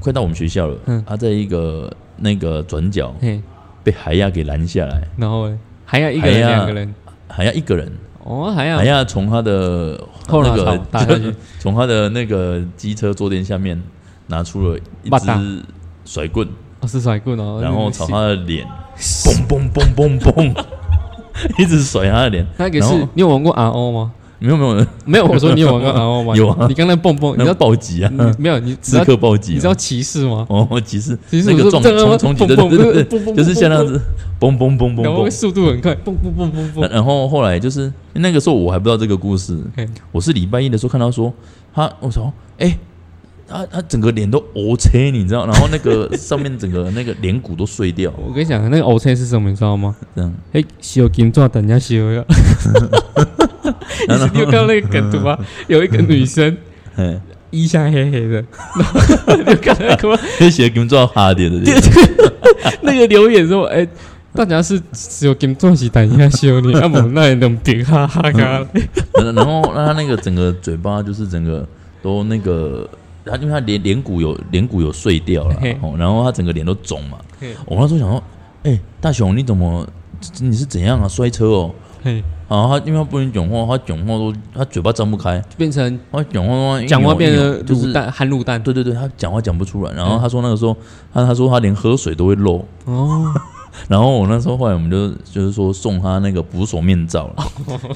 快到我们学校了，嗯他在一个那个转角嘿，被海亚给拦下来，然后嘞还要一个人海呀两个人，海亚一个人，哦还要海亚从他的后那脑勺个打下去， 从他的那个机车坐垫下面拿出了一巴掌只甩棍，哦是甩棍哦，然后朝他那个的脸，嘣嘣嘣嘣嘣， 一直甩他的脸。那个然是后你有玩过 RO 吗？没有没有，没有，我说你有玩过 RO 吗？ 有啊你刚才蹦蹦，你 那知个道暴击啊，你没有？你知刺道客暴击啊。你知道骑士吗？哦，骑士骑士那不个是撞这样吗冲冲击，蹦对蹦对对蹦蹦对，就是像那样蹦子，嘣嘣嘣嘣然后嘣。速度很快，蹦蹦蹦蹦然蹦，然后后来就是那个时候我还不知道这个故事，嘿我是礼拜一的时候看到说他，我说哎，他他整个脸都 O 切，你知道，然后那 个上面整个那个脸骨都碎掉，我跟你讲，那个偶车是什么，你知道吗？这样，哎，小金抓等人 家小 呀。然后你有看到那个梗图 吗？有一个女生哎，衣箱黑黑的， 然后你有看到那个吗？那鞋给你们做到哈点的， 那个留言说，哎。大家是只有金钻石等一下修你，那我们那也能顶哈哈哈。然然后让他那个整个嘴巴就是整个都那个，他因为他脸脸骨有脸骨有碎掉了嘿，哦然后他整个脸都肿嘛嘿。我那时候想说，哎、大雄你怎么你是怎样啊？摔车哦？嘿，然后他因为他不能讲话，他讲话都他嘴巴张不开，变成他讲话的话一扭讲话变一扭成哎就卤是。蛋嗯含卤蛋对对对，他讲话讲不出来。然后他说那个时候，他他说他连喝水都会漏。哦，然后我那时候后来我们就就是说送他那个捕手面罩 了，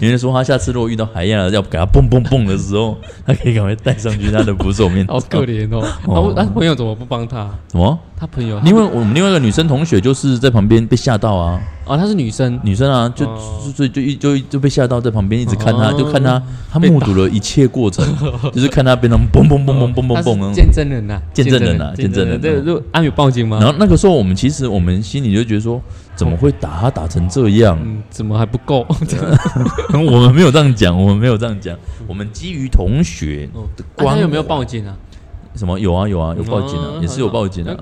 因为说他下次如果遇到海燕了要给他蹦蹦蹦的时候，他可以赶快戴上去他的捕手面罩。 好 可怜哦。然后他朋友怎么不帮他？什么？他朋友另外我们另外一个女生同学就是在旁边被吓到啊，哦，她是女生，女生啊就哦就就就一就就被吓到，在旁边一直看她，哦就看 她，她目睹了一切过程，就是看她变成蹦蹦蹦蹦蹦 蹦蹦她蹦是。见证人呐，见证人啊见证人对，就安有报警吗？然后那个时候我们其实我们心里就觉得说，怎么会打她打成这样？ 嗯，怎么还不够？哦 我们没有这样讲，我们没有这样讲，我们基于同学哦的啊观、他有没有报警啊？什么？有啊有啊，有报警啊，嗯也是有报警啊。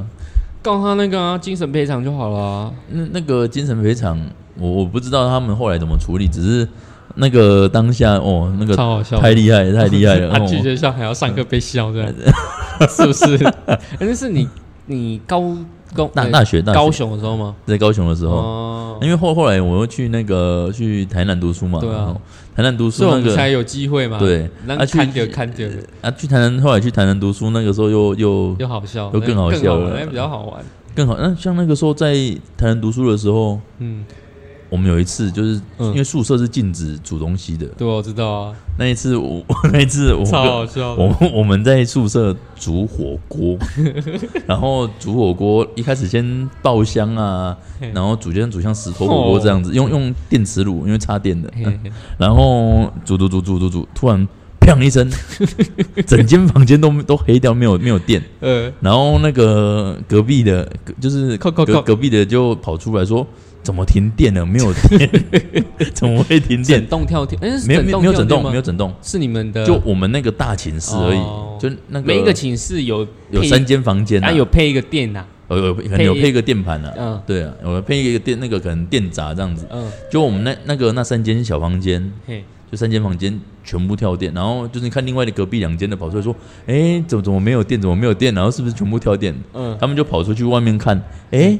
告他那个啊，精神赔偿就好了啊。那那个精神赔偿，我我不知道他们后来怎么处理，只是那个当下哦，那个超好笑，太厉 害了，太厉害了。他去哦嗯学校还要上课被笑这样， 是 不是？哎那是你你高高大呃大学大高学雄的时候吗？在高雄的时候，哦，因为后后来我又去那个去台南读书嘛，对啊哦，台南读书所以我那们才个有机会嘛。，对那啊去看着看着啊，去台南后来去台南读书，那个时候又又又好笑，又更好笑了那比较好玩。更好。那像那个时候在台南读书的时候，嗯，我们有一次就是、嗯因为宿舍是禁止煮东西的，对，我知道啊，那一次我 那一次我超好笑的。我们 我们在宿舍煮火锅， 然后煮火锅一开始先爆香啊嘿，哦然后煮先煮像石头火锅这样子，用用电磁炉，因为插电的，嘿 嘿然后煮煮煮煮煮煮，突然砰一 声，整间房间都都黑掉，没有没有电，呃，然后那个隔壁的，隔就是靠隔靠靠隔壁的就跑出来说：“怎么停电了？没有电， 怎么会停电整？栋跳跳，哎，是没有没有没有跳整电栋，吗没有整栋，是你们的，就我们那个大寝室而已，呃哦就那个每一个寝室有有配三间房间、啊，啊，有配一个电呐，有有可能有配配一个电盘啊，嗯对啊，有配一个电那个可能电闸这样子。嗯，就我们那那个那三间小房间，嘿，就三间房间全部跳电，然后就是你看另外的隔壁两间的跑出来说：“哎，怎么怎么没有电？怎么没有电？然后是不是全部跳电？”嗯，他们就跑出去外面看，哎、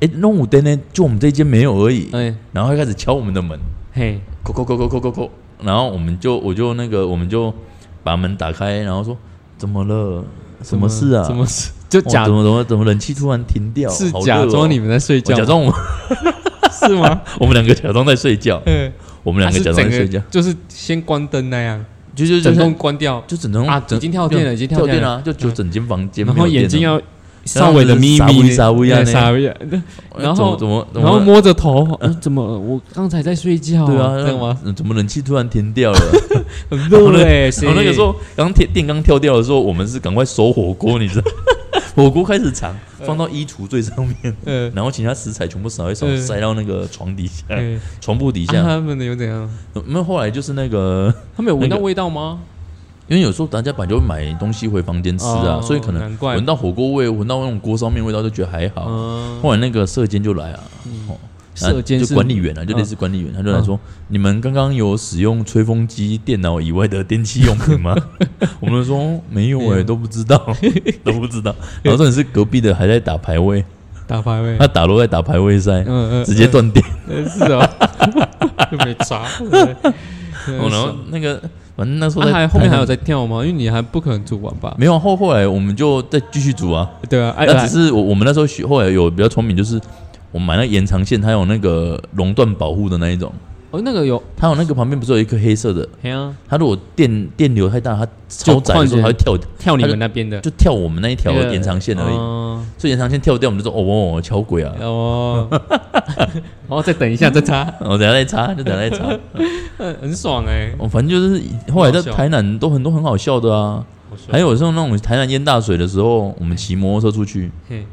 哎，弄五灯呢，就我们这一间没有而已。哎，然后他开始敲我们的门，嘿，扣扣扣扣扣扣扣，然后我们就我就那个我们就把门打开，然后说怎么了？什么事啊？什么事？就哦假怎么怎么怎么冷气突然停掉？是好热假哦装你们在睡我觉吗，假装我是 吗？我们两个假装在睡觉，嗯，我们两还个是假整装在睡觉个，就是先关灯那样，就就整就栋关掉，就整栋啊整已经跳电了已经跳跳电电了嗯了啊，就就整间房间然没后有电了，眼睛要稍微的咪咪的，傻乌鸦对呢？傻呀，然后哎怎么怎然后么摸着头，嗯怎么我刚才在睡觉？对啊，哦这样吗？嗯？怎么冷气突然停 掉了？ 很后热那哎，然后那个时候刚电电刚跳掉的时候，我们是赶快收火锅，你知道， 火锅开始藏，放到衣橱最上面，嗯，然后其他食材全部扫一扫，嗯塞到那个床底下、嗯啊床铺底哎下。他们的有怎样？那后来就是那个， 他们有闻那到个味道吗？因为有时候大家本来就会买东西回房间吃啊，哦所以可能难怪闻到火锅味，闻到那种锅烧面味道就觉得还好。嗯，后来那个射箭就来啊，哦，射啊箭就是管理员哦啊，就类似管理员，他就来说：“你们刚刚有使用吹风机、电脑以外的电器用品吗？” 我们就说：“没有没哎、有都不知道， 都不知道。”然后重点是隔壁的还在打排位，打排位，他打都在打排位赛，嗯嗯，啊直接断电。嗯 是啊， 就没查。对哦然后那个反正那时候那在还后面还有在在跳吗？因为你还不可能煮完吧？没有啊后后来我们就再继续煮啊，对啊，哎，那来只是我我们那时候学后来有比较聪明，就是我们买那个延长线，它有那个熔断保护的那一种，哦，那个有，它有那个旁边不是有一颗黑色的。嘿啊，它如果电电流太大，它超载的时候就它会跳，跳你们那边的就跳我们那一条那个延长线而已。哦所以延长线跳掉，我们就说哦哦哦，敲鬼啊！ 哦，然后再等一下再擦，我哦等下再查，就等下再 查。嗯很爽哎。我反正就是后来在很好笑台南都很多很好笑的啊，还有时候那种台南淹大水的时候，我们骑摩托车出去，嘿，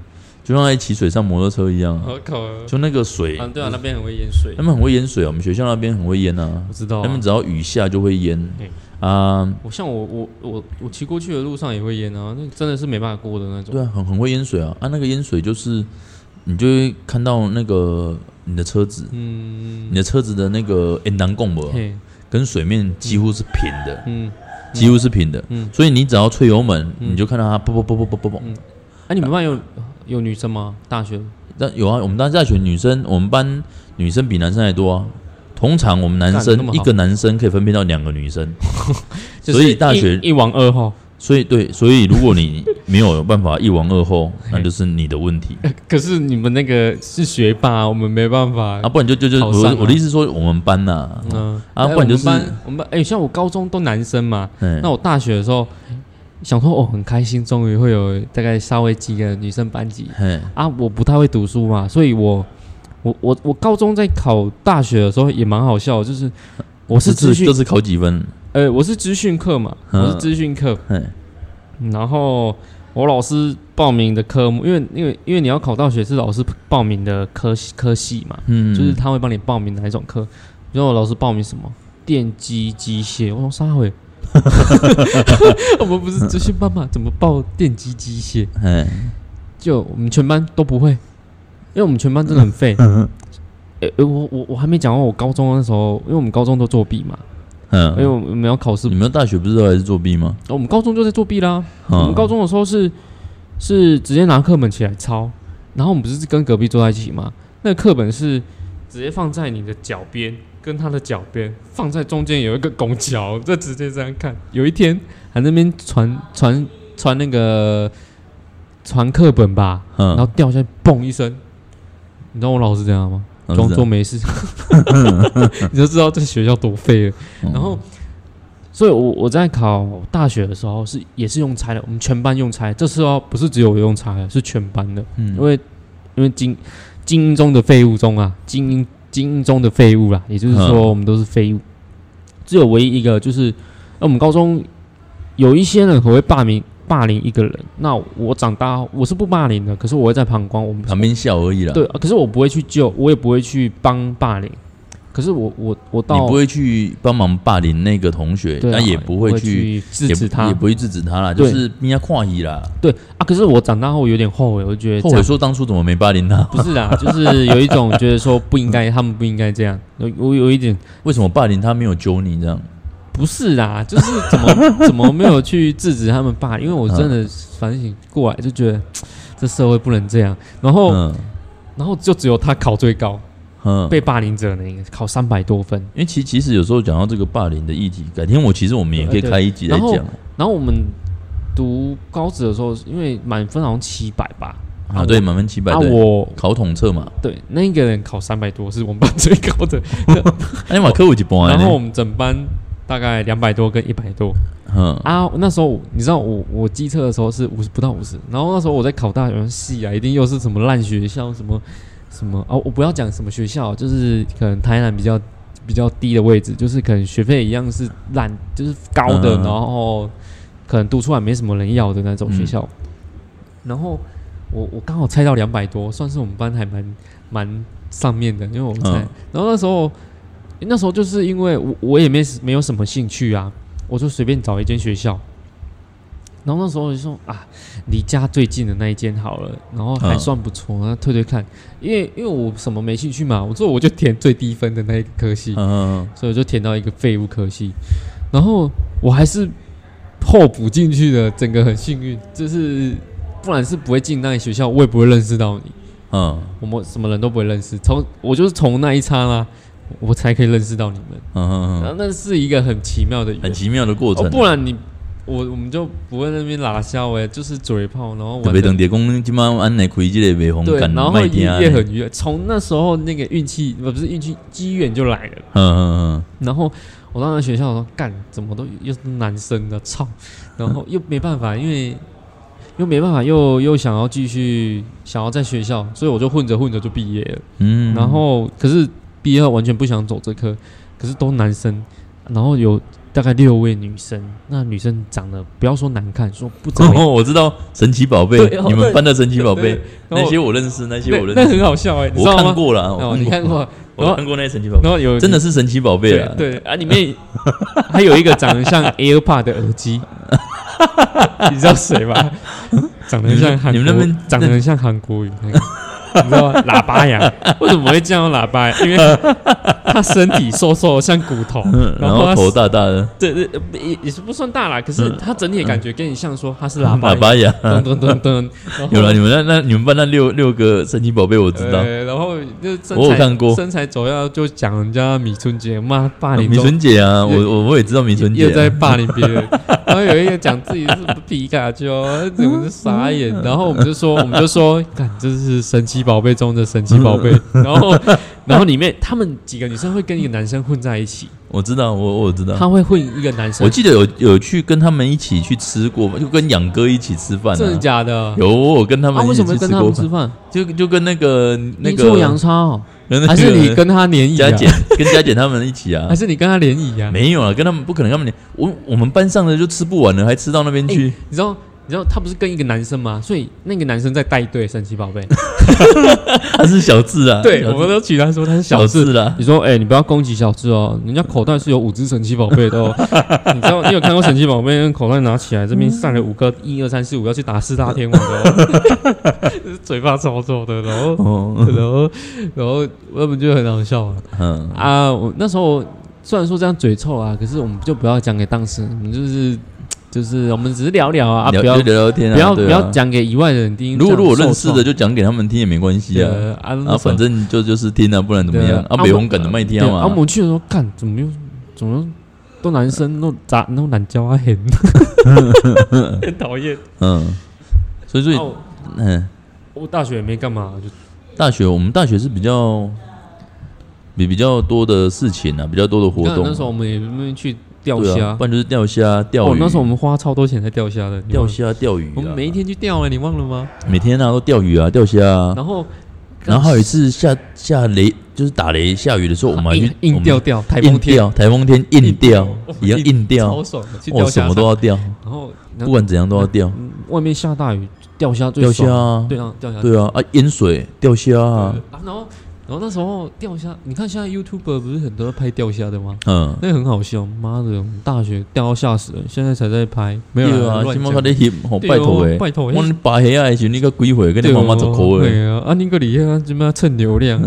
就像在骑水上摩托车一样啊，好口啊，就那个水，对啊，那边很会淹水嗯他，们很会淹水啊，我们学校那边很会淹啊我，知道啊。他们只要雨下就会淹对啊，我像我我我我骑过去的路上也会淹啊，那真的是没办法过的那种。对啊，很很会淹水啊！啊，那个淹水就是你就会看到那个你的车子，嗯，你的车子的那个沿南贡膜嘿，跟水面几乎是平的，嗯，几乎是平的。嗯所以你只要吹油门，嗯你就看到它啵啵啵啵啵啵啵。哎，你们班有有女生吗？大学但有啊，我们班大学女生，我们班女生比男生还多啊。通常我们男干那么生好一个男生可以分配到两个女生，就是所以大学一一王二后，所以对，所以如果你没有办法一王二 后，那就是你的问题可是你们那个是学霸，我们没办法啊。。不然就就就好上我啊我的意思是说，我们班呐，嗯啊哎不然就是我们班我们班哎，像我高中都男生嘛，嗯那我大学的时候想说哦，很开心，终于会有大概稍微几个女生班级嘿，啊。我不太会读书嘛，所以我我我我高中在考大学的时候也蛮好笑的，就是我是这资次讯这次考几分？呃我是资讯课嘛，嗯我是资讯课，嘿，然后我老师报名的科目，因为因为因为你要考大学是老师报名的科系科系嘛，嗯，就是他会帮你报名哪一种课。你知道我老师报名什么？电机机械。我说啥 会？我们不是资讯班嘛？怎么报电机机械？嘿，就我们全班都不会，因为我们全班真的很嗯废。诶、诶我我我还没讲完，我高中那时候，因为我们高中都作弊嘛，嗯，因为我们要考试哦你，们大学不是都还是作弊吗？我们高中就在作弊啦。嗯我们高中的时候是是直接拿课本起来抄，然后我们不是跟隔壁坐在一起吗？那个课本是直接放在你的脚边，跟他的脚边放在中间有一个拱桥，就直接这样看。有一天还在那边传传传那个传课本吧，然后嗯，掉下去，嘣一声。你知道我老师怎样吗？嗯装是作没 事，你就知道这学校多废了。嗯然后，所以我我在考大学的时候是也是用猜的，我们全班用猜。这次哦，不是只有我用猜的，是全班的，嗯因为因为精精英中的废物中啊，精英精英中的废物啦，也就是嗯说我们都是废物。只有唯一一个就是，那我们高中有一些人很会霸凌霸凌一个人，那我长大我是不霸凌的，可是我会在旁观，我们旁边笑而已啦。对，，啊可是我不会去救，我也不会去帮霸凌。可是我我我你到不会去帮忙霸凌那个同学，对啊那也不会会去，制止也不他也。不会制止他啦，就对是人家跨疑啦，对啊，可是我长大后有点后悔，我就觉得后悔这样说当初怎么没霸凌他，不是啦， 就是有一种觉得说不应该，他们不应该这样。有我有一点为什么霸凌他没有揪你这样？不是啦，就是怎么 怎么没有去制止他们霸凌，因为我真的嗯反省过来，就觉得这社会不能这样。然后、嗯然后就只有他考最高，嗯，被霸凌者那个考三百多分。因为其其实有时候讲到这个霸凌的议题，改天我其实我们也可以对对开一集来然后讲然后我们读高职的时候，因为满分好像七百吧，啊，对，满分七百啊对，我考统测嘛，对那一个人考三百多，是我们班最高的。哎，马克我一半呢，然后我们整班大概两百多跟一百多，嗯啊，那时候你知道我我机测的时候是五十不到五十，然后那时候我在考大学系啊，一定又是什么烂学校什么什么哦，我不要讲什么学校，就是可能台南比较比较低的位置，就是可能学费一样是烂，就是高的，嗯然后可能读出来没什么人要的那种学嗯校。然后我我刚好猜到两百多，算是我们班还蛮蛮上面的，因为我猜。嗯然后那时候那时候就是因为我我也没没有什么兴趣啊，我就随便找一间学校。然后那时候我就说啊，离家最近的那一间好了，然后还嗯算不错，那推推看，因为因为我什么没兴趣嘛，我说我就填最低分的那一个科系，嗯所以我就填到一个废物科系，然后我还是候补进去的，整个很幸运，就是不然是不会进那个学校，我也不会认识到你，嗯我们什么人都不会认识，从我就是从那一刹那，我才可以认识到你们，嗯嗯，然后那是一个很奇妙的很缘，奇妙的过哦、程。不然你我我们就不会在那边拉笑哎、就是嘴炮，然后特玩别得等碟公今晚安内亏这个袂红对，感然后麦也田啊，也嗯很愉悦，从那时候那个运气不不是运气机缘就来了。嗯然后我到那学校我说干，怎么都又是男生的操，然后又没办法，因为又没办法，又又想要继续想要在学校，所以我就混着混着就毕业了。嗯嗯，然后可是毕业后完全不想走这科，可是都男生，然后有大概六位女生，那女生长得不要说难看，说不怎么 样。哦， 我知道神奇宝贝对，哦你们班的神奇宝对贝，然那后些我认识，那些对我认那识，很好笑哎、你知我道看吗？过了，哦，我你看过，过，然我后看过那些神奇宝贝，然后有真的是神奇宝贝对了，对啊，里面 还有一个长得像 AirPod 的 耳机，你知道谁吗？长得很像韩国，你们你们那边长得很像韩国语那个。你知道吗？喇叭呀？为什么会叫他喇叭呀？因为他身体瘦瘦的像骨头，嗯，然后他头大大的，对对呃也也是不算大啦，可是他整体的感觉跟你像说他是喇叭，嗯喇叭牙，噔噔噔噔，然后 有了你们那那你们班那六六个神奇宝贝，我知道，呃然后就身材我有看过身材走样就讲人家米春节骂霸凌米中纯姐啊，我也我我也知道米纯姐又在啊，霸凌 别人，然后有一个讲自己是皮卡丘，我们就傻眼，然后我们就说，我们就说，看这是神奇宝贝中的神奇宝贝，嗯然后然后里面他们几个女生会跟一个男生混在一起，我知道，我我知道，他会混一个男嗯我生，记得有有去跟他们一起去吃过吧，就跟养哥一起吃饭、啊，真的假的？有我跟他啊，们一为起什么去吃跟他过们饭，吃饭？就就跟那个那阴个错阳差哦，跟那个还是你跟他联 谊佳啊？姐跟佳姐他们一起啊还？是你跟他联谊啊？没有啊，跟他们不可能，他们连我我们班上的就吃不完了，还吃到那边去。你知道？你知道他不是跟一个男生吗？所以那个男生在带队神奇宝 贝。他是小智啊，对，小我智们都取他说他是小小智智啦，你说，哎、你不要攻击小智哦，人家口袋是有五只神奇宝贝的哦。 你知道，你有看过神奇宝贝那口袋拿起来，这边散了五个，一二三四五，要去打四大天王的、哦， 嘴巴臭臭的，然后，哦，然后，然后他们就很好笑啊。嗯，啊，我那时候虽然说这样嘴臭啊，可是我们就不要讲给当事人，我们就是就是我们只是聊聊啊，啊聊不要就聊聊天啊，不要对啊不要。讲给以外的人听。如果如果这样认受识的，创就讲给他们听也没关系啊。对啊，那时啊，候反正就就是听啊，不然怎么样？对啊，啊北红梗的麦对听啊，我嘛，们去的时候，看怎么又怎么又都男生都咋都懒教 啊，很很讨厌。嗯，所以所以啊我嗯，我大学也没干嘛，就大学，我们大学是比较比比较多的事情啊，比较多的活你看动。那时候我们也没去钓对虾啊，不，然就是钓虾、钓哦，鱼。那时候我们花超多钱在钓虾的，你忘钓了，虾、钓鱼、啊，我们每一天去钓哎，你忘了吗？每天啊都钓鱼啊、钓虾啊。然后然后还有一次下下雷，就是打雷下雨的时候，我们还啊去啊硬硬钓，钓，我台们硬风天钓，台风天硬钓 我，也要硬超钓，爽的，去我钓什虾么场。都要钓，然后不然后管怎样都要钓，外面下大雨，钓虾最钓爽虾。啊，对啊，钓虾对啊，啊淹水钓虾啊，啊，然后然后那时候钓虾，你看现在 YouTuber 不是很多拍钓虾的吗？嗯。那很好笑，妈的，我们大学钓到吓死人，现在才在拍，没有对啦啊，乱金毛他讲的翕，好对拜托哦诶，拜托，我你拔黑啊，时你个鬼回，跟你对妈哦妈走口诶。对啊，啊，你个厉害，怎么蹭 流量，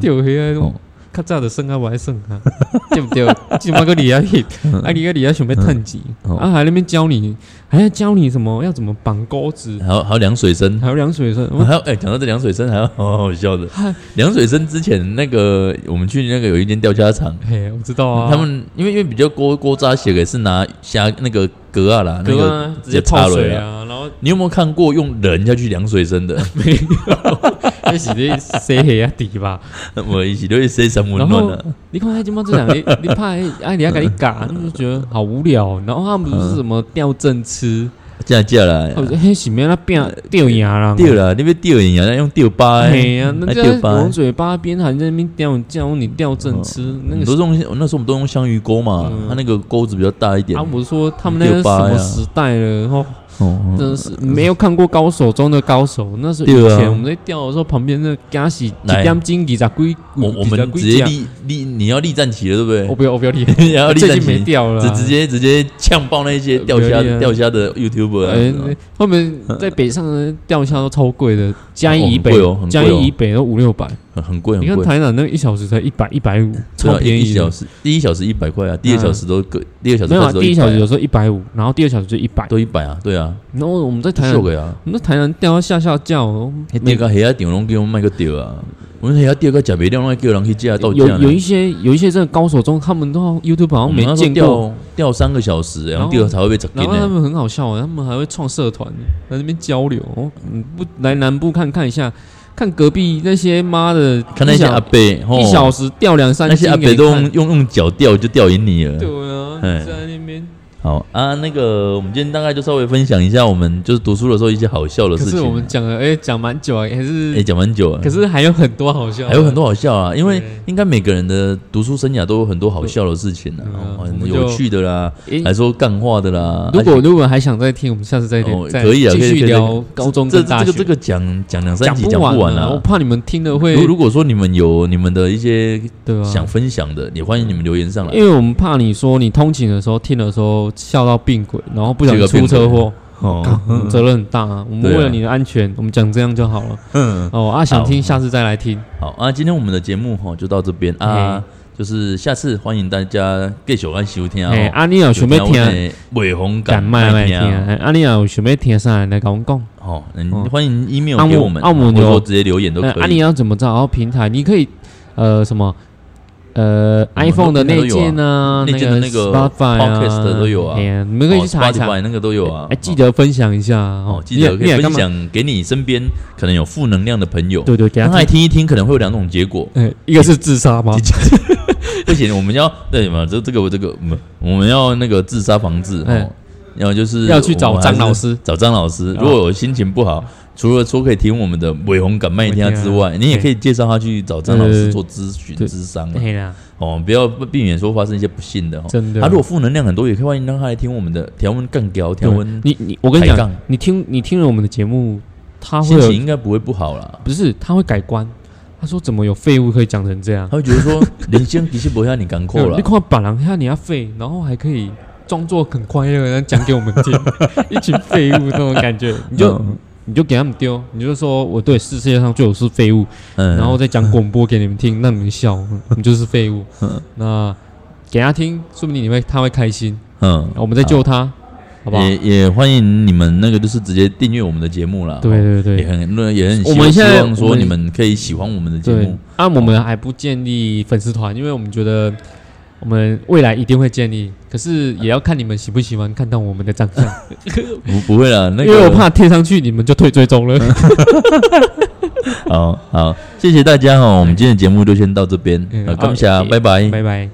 钓黑啊，那种哦较早的算啊，我还算啊， 对不对？金毛个厉害，嗯啊，你个厉害，想要趁钱，哦啊，还在那边教你，还要教你什么，要怎么绑钩子，还有还有凉水声，还有凉水声，还有哎，讲、到这凉水声，还有好好笑 的。凉水声之前那个，我们去那个有一间钓虾场，嘿，我知道啊，他们因为因为比较锅锅渣写的是拿虾那个蛤啊啦，那对个啊，直直接接插泡落水来啊，然后 你有没有看过用人下去凉水声的？没有，这是咧洗黑啊底吧？ 我一起都是谁什么然乱后了？你看黑金猫这 两个，你怕哎，你要给你嘎，你就觉得好无聊。然后他们不是什么掉正嗯吃，这样这样啊我啦，说嘿，什么那变掉牙啦？掉啦，你别掉呃人家，那用掉疤欸。嘿呀，那还就掉在疤往嘴巴边还在那边掉，叫你掉正吃，那我个哦都是用那时候我们都用香鱼钩嘛嗯，它那个钩子比较大一点啊，。我说他们那个六八什么呀时代了，哦，哦，真的是没有看过高手中的高手。那是以对啊前我们在钓的时候，旁边那加喜几来点斤几只龟，我我们直接立立，你要立战旗了，对我不不要我不要理，对？ 你要立最战近哦没旗，钓了啊，直直接直接呛爆那些钓虾不要立啊钓虾的 YouTuber 啊。哎你知道吗，他们在北上的钓虾都超贵 的，嘉义以北哦很贵哦很贵哦，嘉义以北都五六百。很很贵你很看贵。台南那一小时才一百一百五，对超啊便一宜一的小。时，第一小时一百块啊，第二小时都各，第二小时没有开啊，始都第一小100时啊有时候一百五，然后第二小时就一百。都一百啊，对啊，然后我们在台南，秀我个啊，们在台南钓到下下叫，哦那第二个黑啊顶拢给我们卖个钓啊，我们黑啊第二个假袂掉，那叫人去借到有有一些有一些真的高手中，他们都 YouTube 好我们像没那时候见过，钓钓三个小时，然后然后第二才会被砸然进后他呢。们很好笑啊，他们还会创社团在那边交流。哦嗯，不来南部看看一下，看隔壁那些妈的，看那些一小阿伯，一吼小，时钓两三那些斤阿给伯你都看用。用用脚钓就钓赢你了。对啊，哎在那边。好啊，那个我们今天大概就稍微分享一下我们就是读书的时候一些好笑的可事是情我。们讲了，哎，讲蛮久啊，还啊哎，是，讲蛮久啊可，是还有很多好笑，还有很多好笑啊，因为对应该每个人的读书生涯都有很多好笑的事情啊嗯啊，哦我很们就有趣的啦，诶。还说干话的啦。如果如果还想再听，我们下次再哦听，再可以啊继可以可以可续以聊高中这跟大这个。学这个讲讲两三讲集讲不不完啊，我啦。怕你们听了会如如果说你们有你们的一些对吧？哎想分享的，也欢迎你们留言上来。因为我们怕你说你通勤的时候听的时候笑到病鬼，然后不小心出 车祸，哦，嗯责任很大啊。我们对啊为了你的安全，我们讲这样就好了。嗯，哦，啊，想好听下次再来听。好啊，今天我们的节目哈就到这边啊，就是下次欢迎大家继续按收听哎，哦。阿妮有想要听伟红感感冒来听，哦哎阿妮有想要听啥来跟我讲。哦，哦嗯欢迎 email 啊给我我们，啊我或们者有呃啊说直接留言都那阿可妮以。要怎么找到平台？你可以呃什么呃我们都 iPhone 的平台都内有啊建啊，内建的那个 Spotify 啊 Podcast 都有啊哎呀你们可以去查一查。 Spotify 那个都有啊哎，，记得分享一下哦哦，记得你可以你也分干嘛？享给你身边可能有负能量的朋友，对对，给让他他听。听一听，可能会有两种结 果。哎，一个是自杀吗？不行，我们要对嘛？这这个我这个，嗯我们要那个自杀防治，哎哦，然后就是 要去找张老师，师。找张老师。哦如果有心情不好，除了说可以听我们的伟鸿感麦天之外，你也可以介绍他去找张老师啊对做咨询、对咨商啊嘿啦，哦，不要避免说发生一些不幸的哦。哎真的。他如果负能量很多，也可以欢迎让他来听我们的条文更高，条对文你你，我跟你抬杠讲，你听你听了我们的节目，他会心情有应该不会不好啦。不是他会改观。他说怎么有废物可以讲成这样？他会觉得说，人生其实不像你干苦你了。看把人他你要废，然后还可以装作很快乐，然后讲给我们 听，一群废物那种感觉，你就。嗯你就给他们丢，你就说我对世世界上最有是废物，嗯然后再讲广播给你们听，让你们笑，你就是废物。嗯那给他听，说不定你会他会开心，嗯我们再救他，好不好？也也欢迎你们那个就是直接订阅我们的节目啦。哦，对对也对很那也很希我们希现在望我说们你们可以喜欢我们的节对目。。啊，我们还不建立粉丝团，因为我们觉得我们未来一定会建立，可是也要看你们喜不喜欢看到我们的长相。不不会啦，那个因为我怕贴上去你们就退追踪了。好好，谢谢大家哦，我们今天的节目就先到这边，嗯好，啊感谢，也拜拜。 拜拜。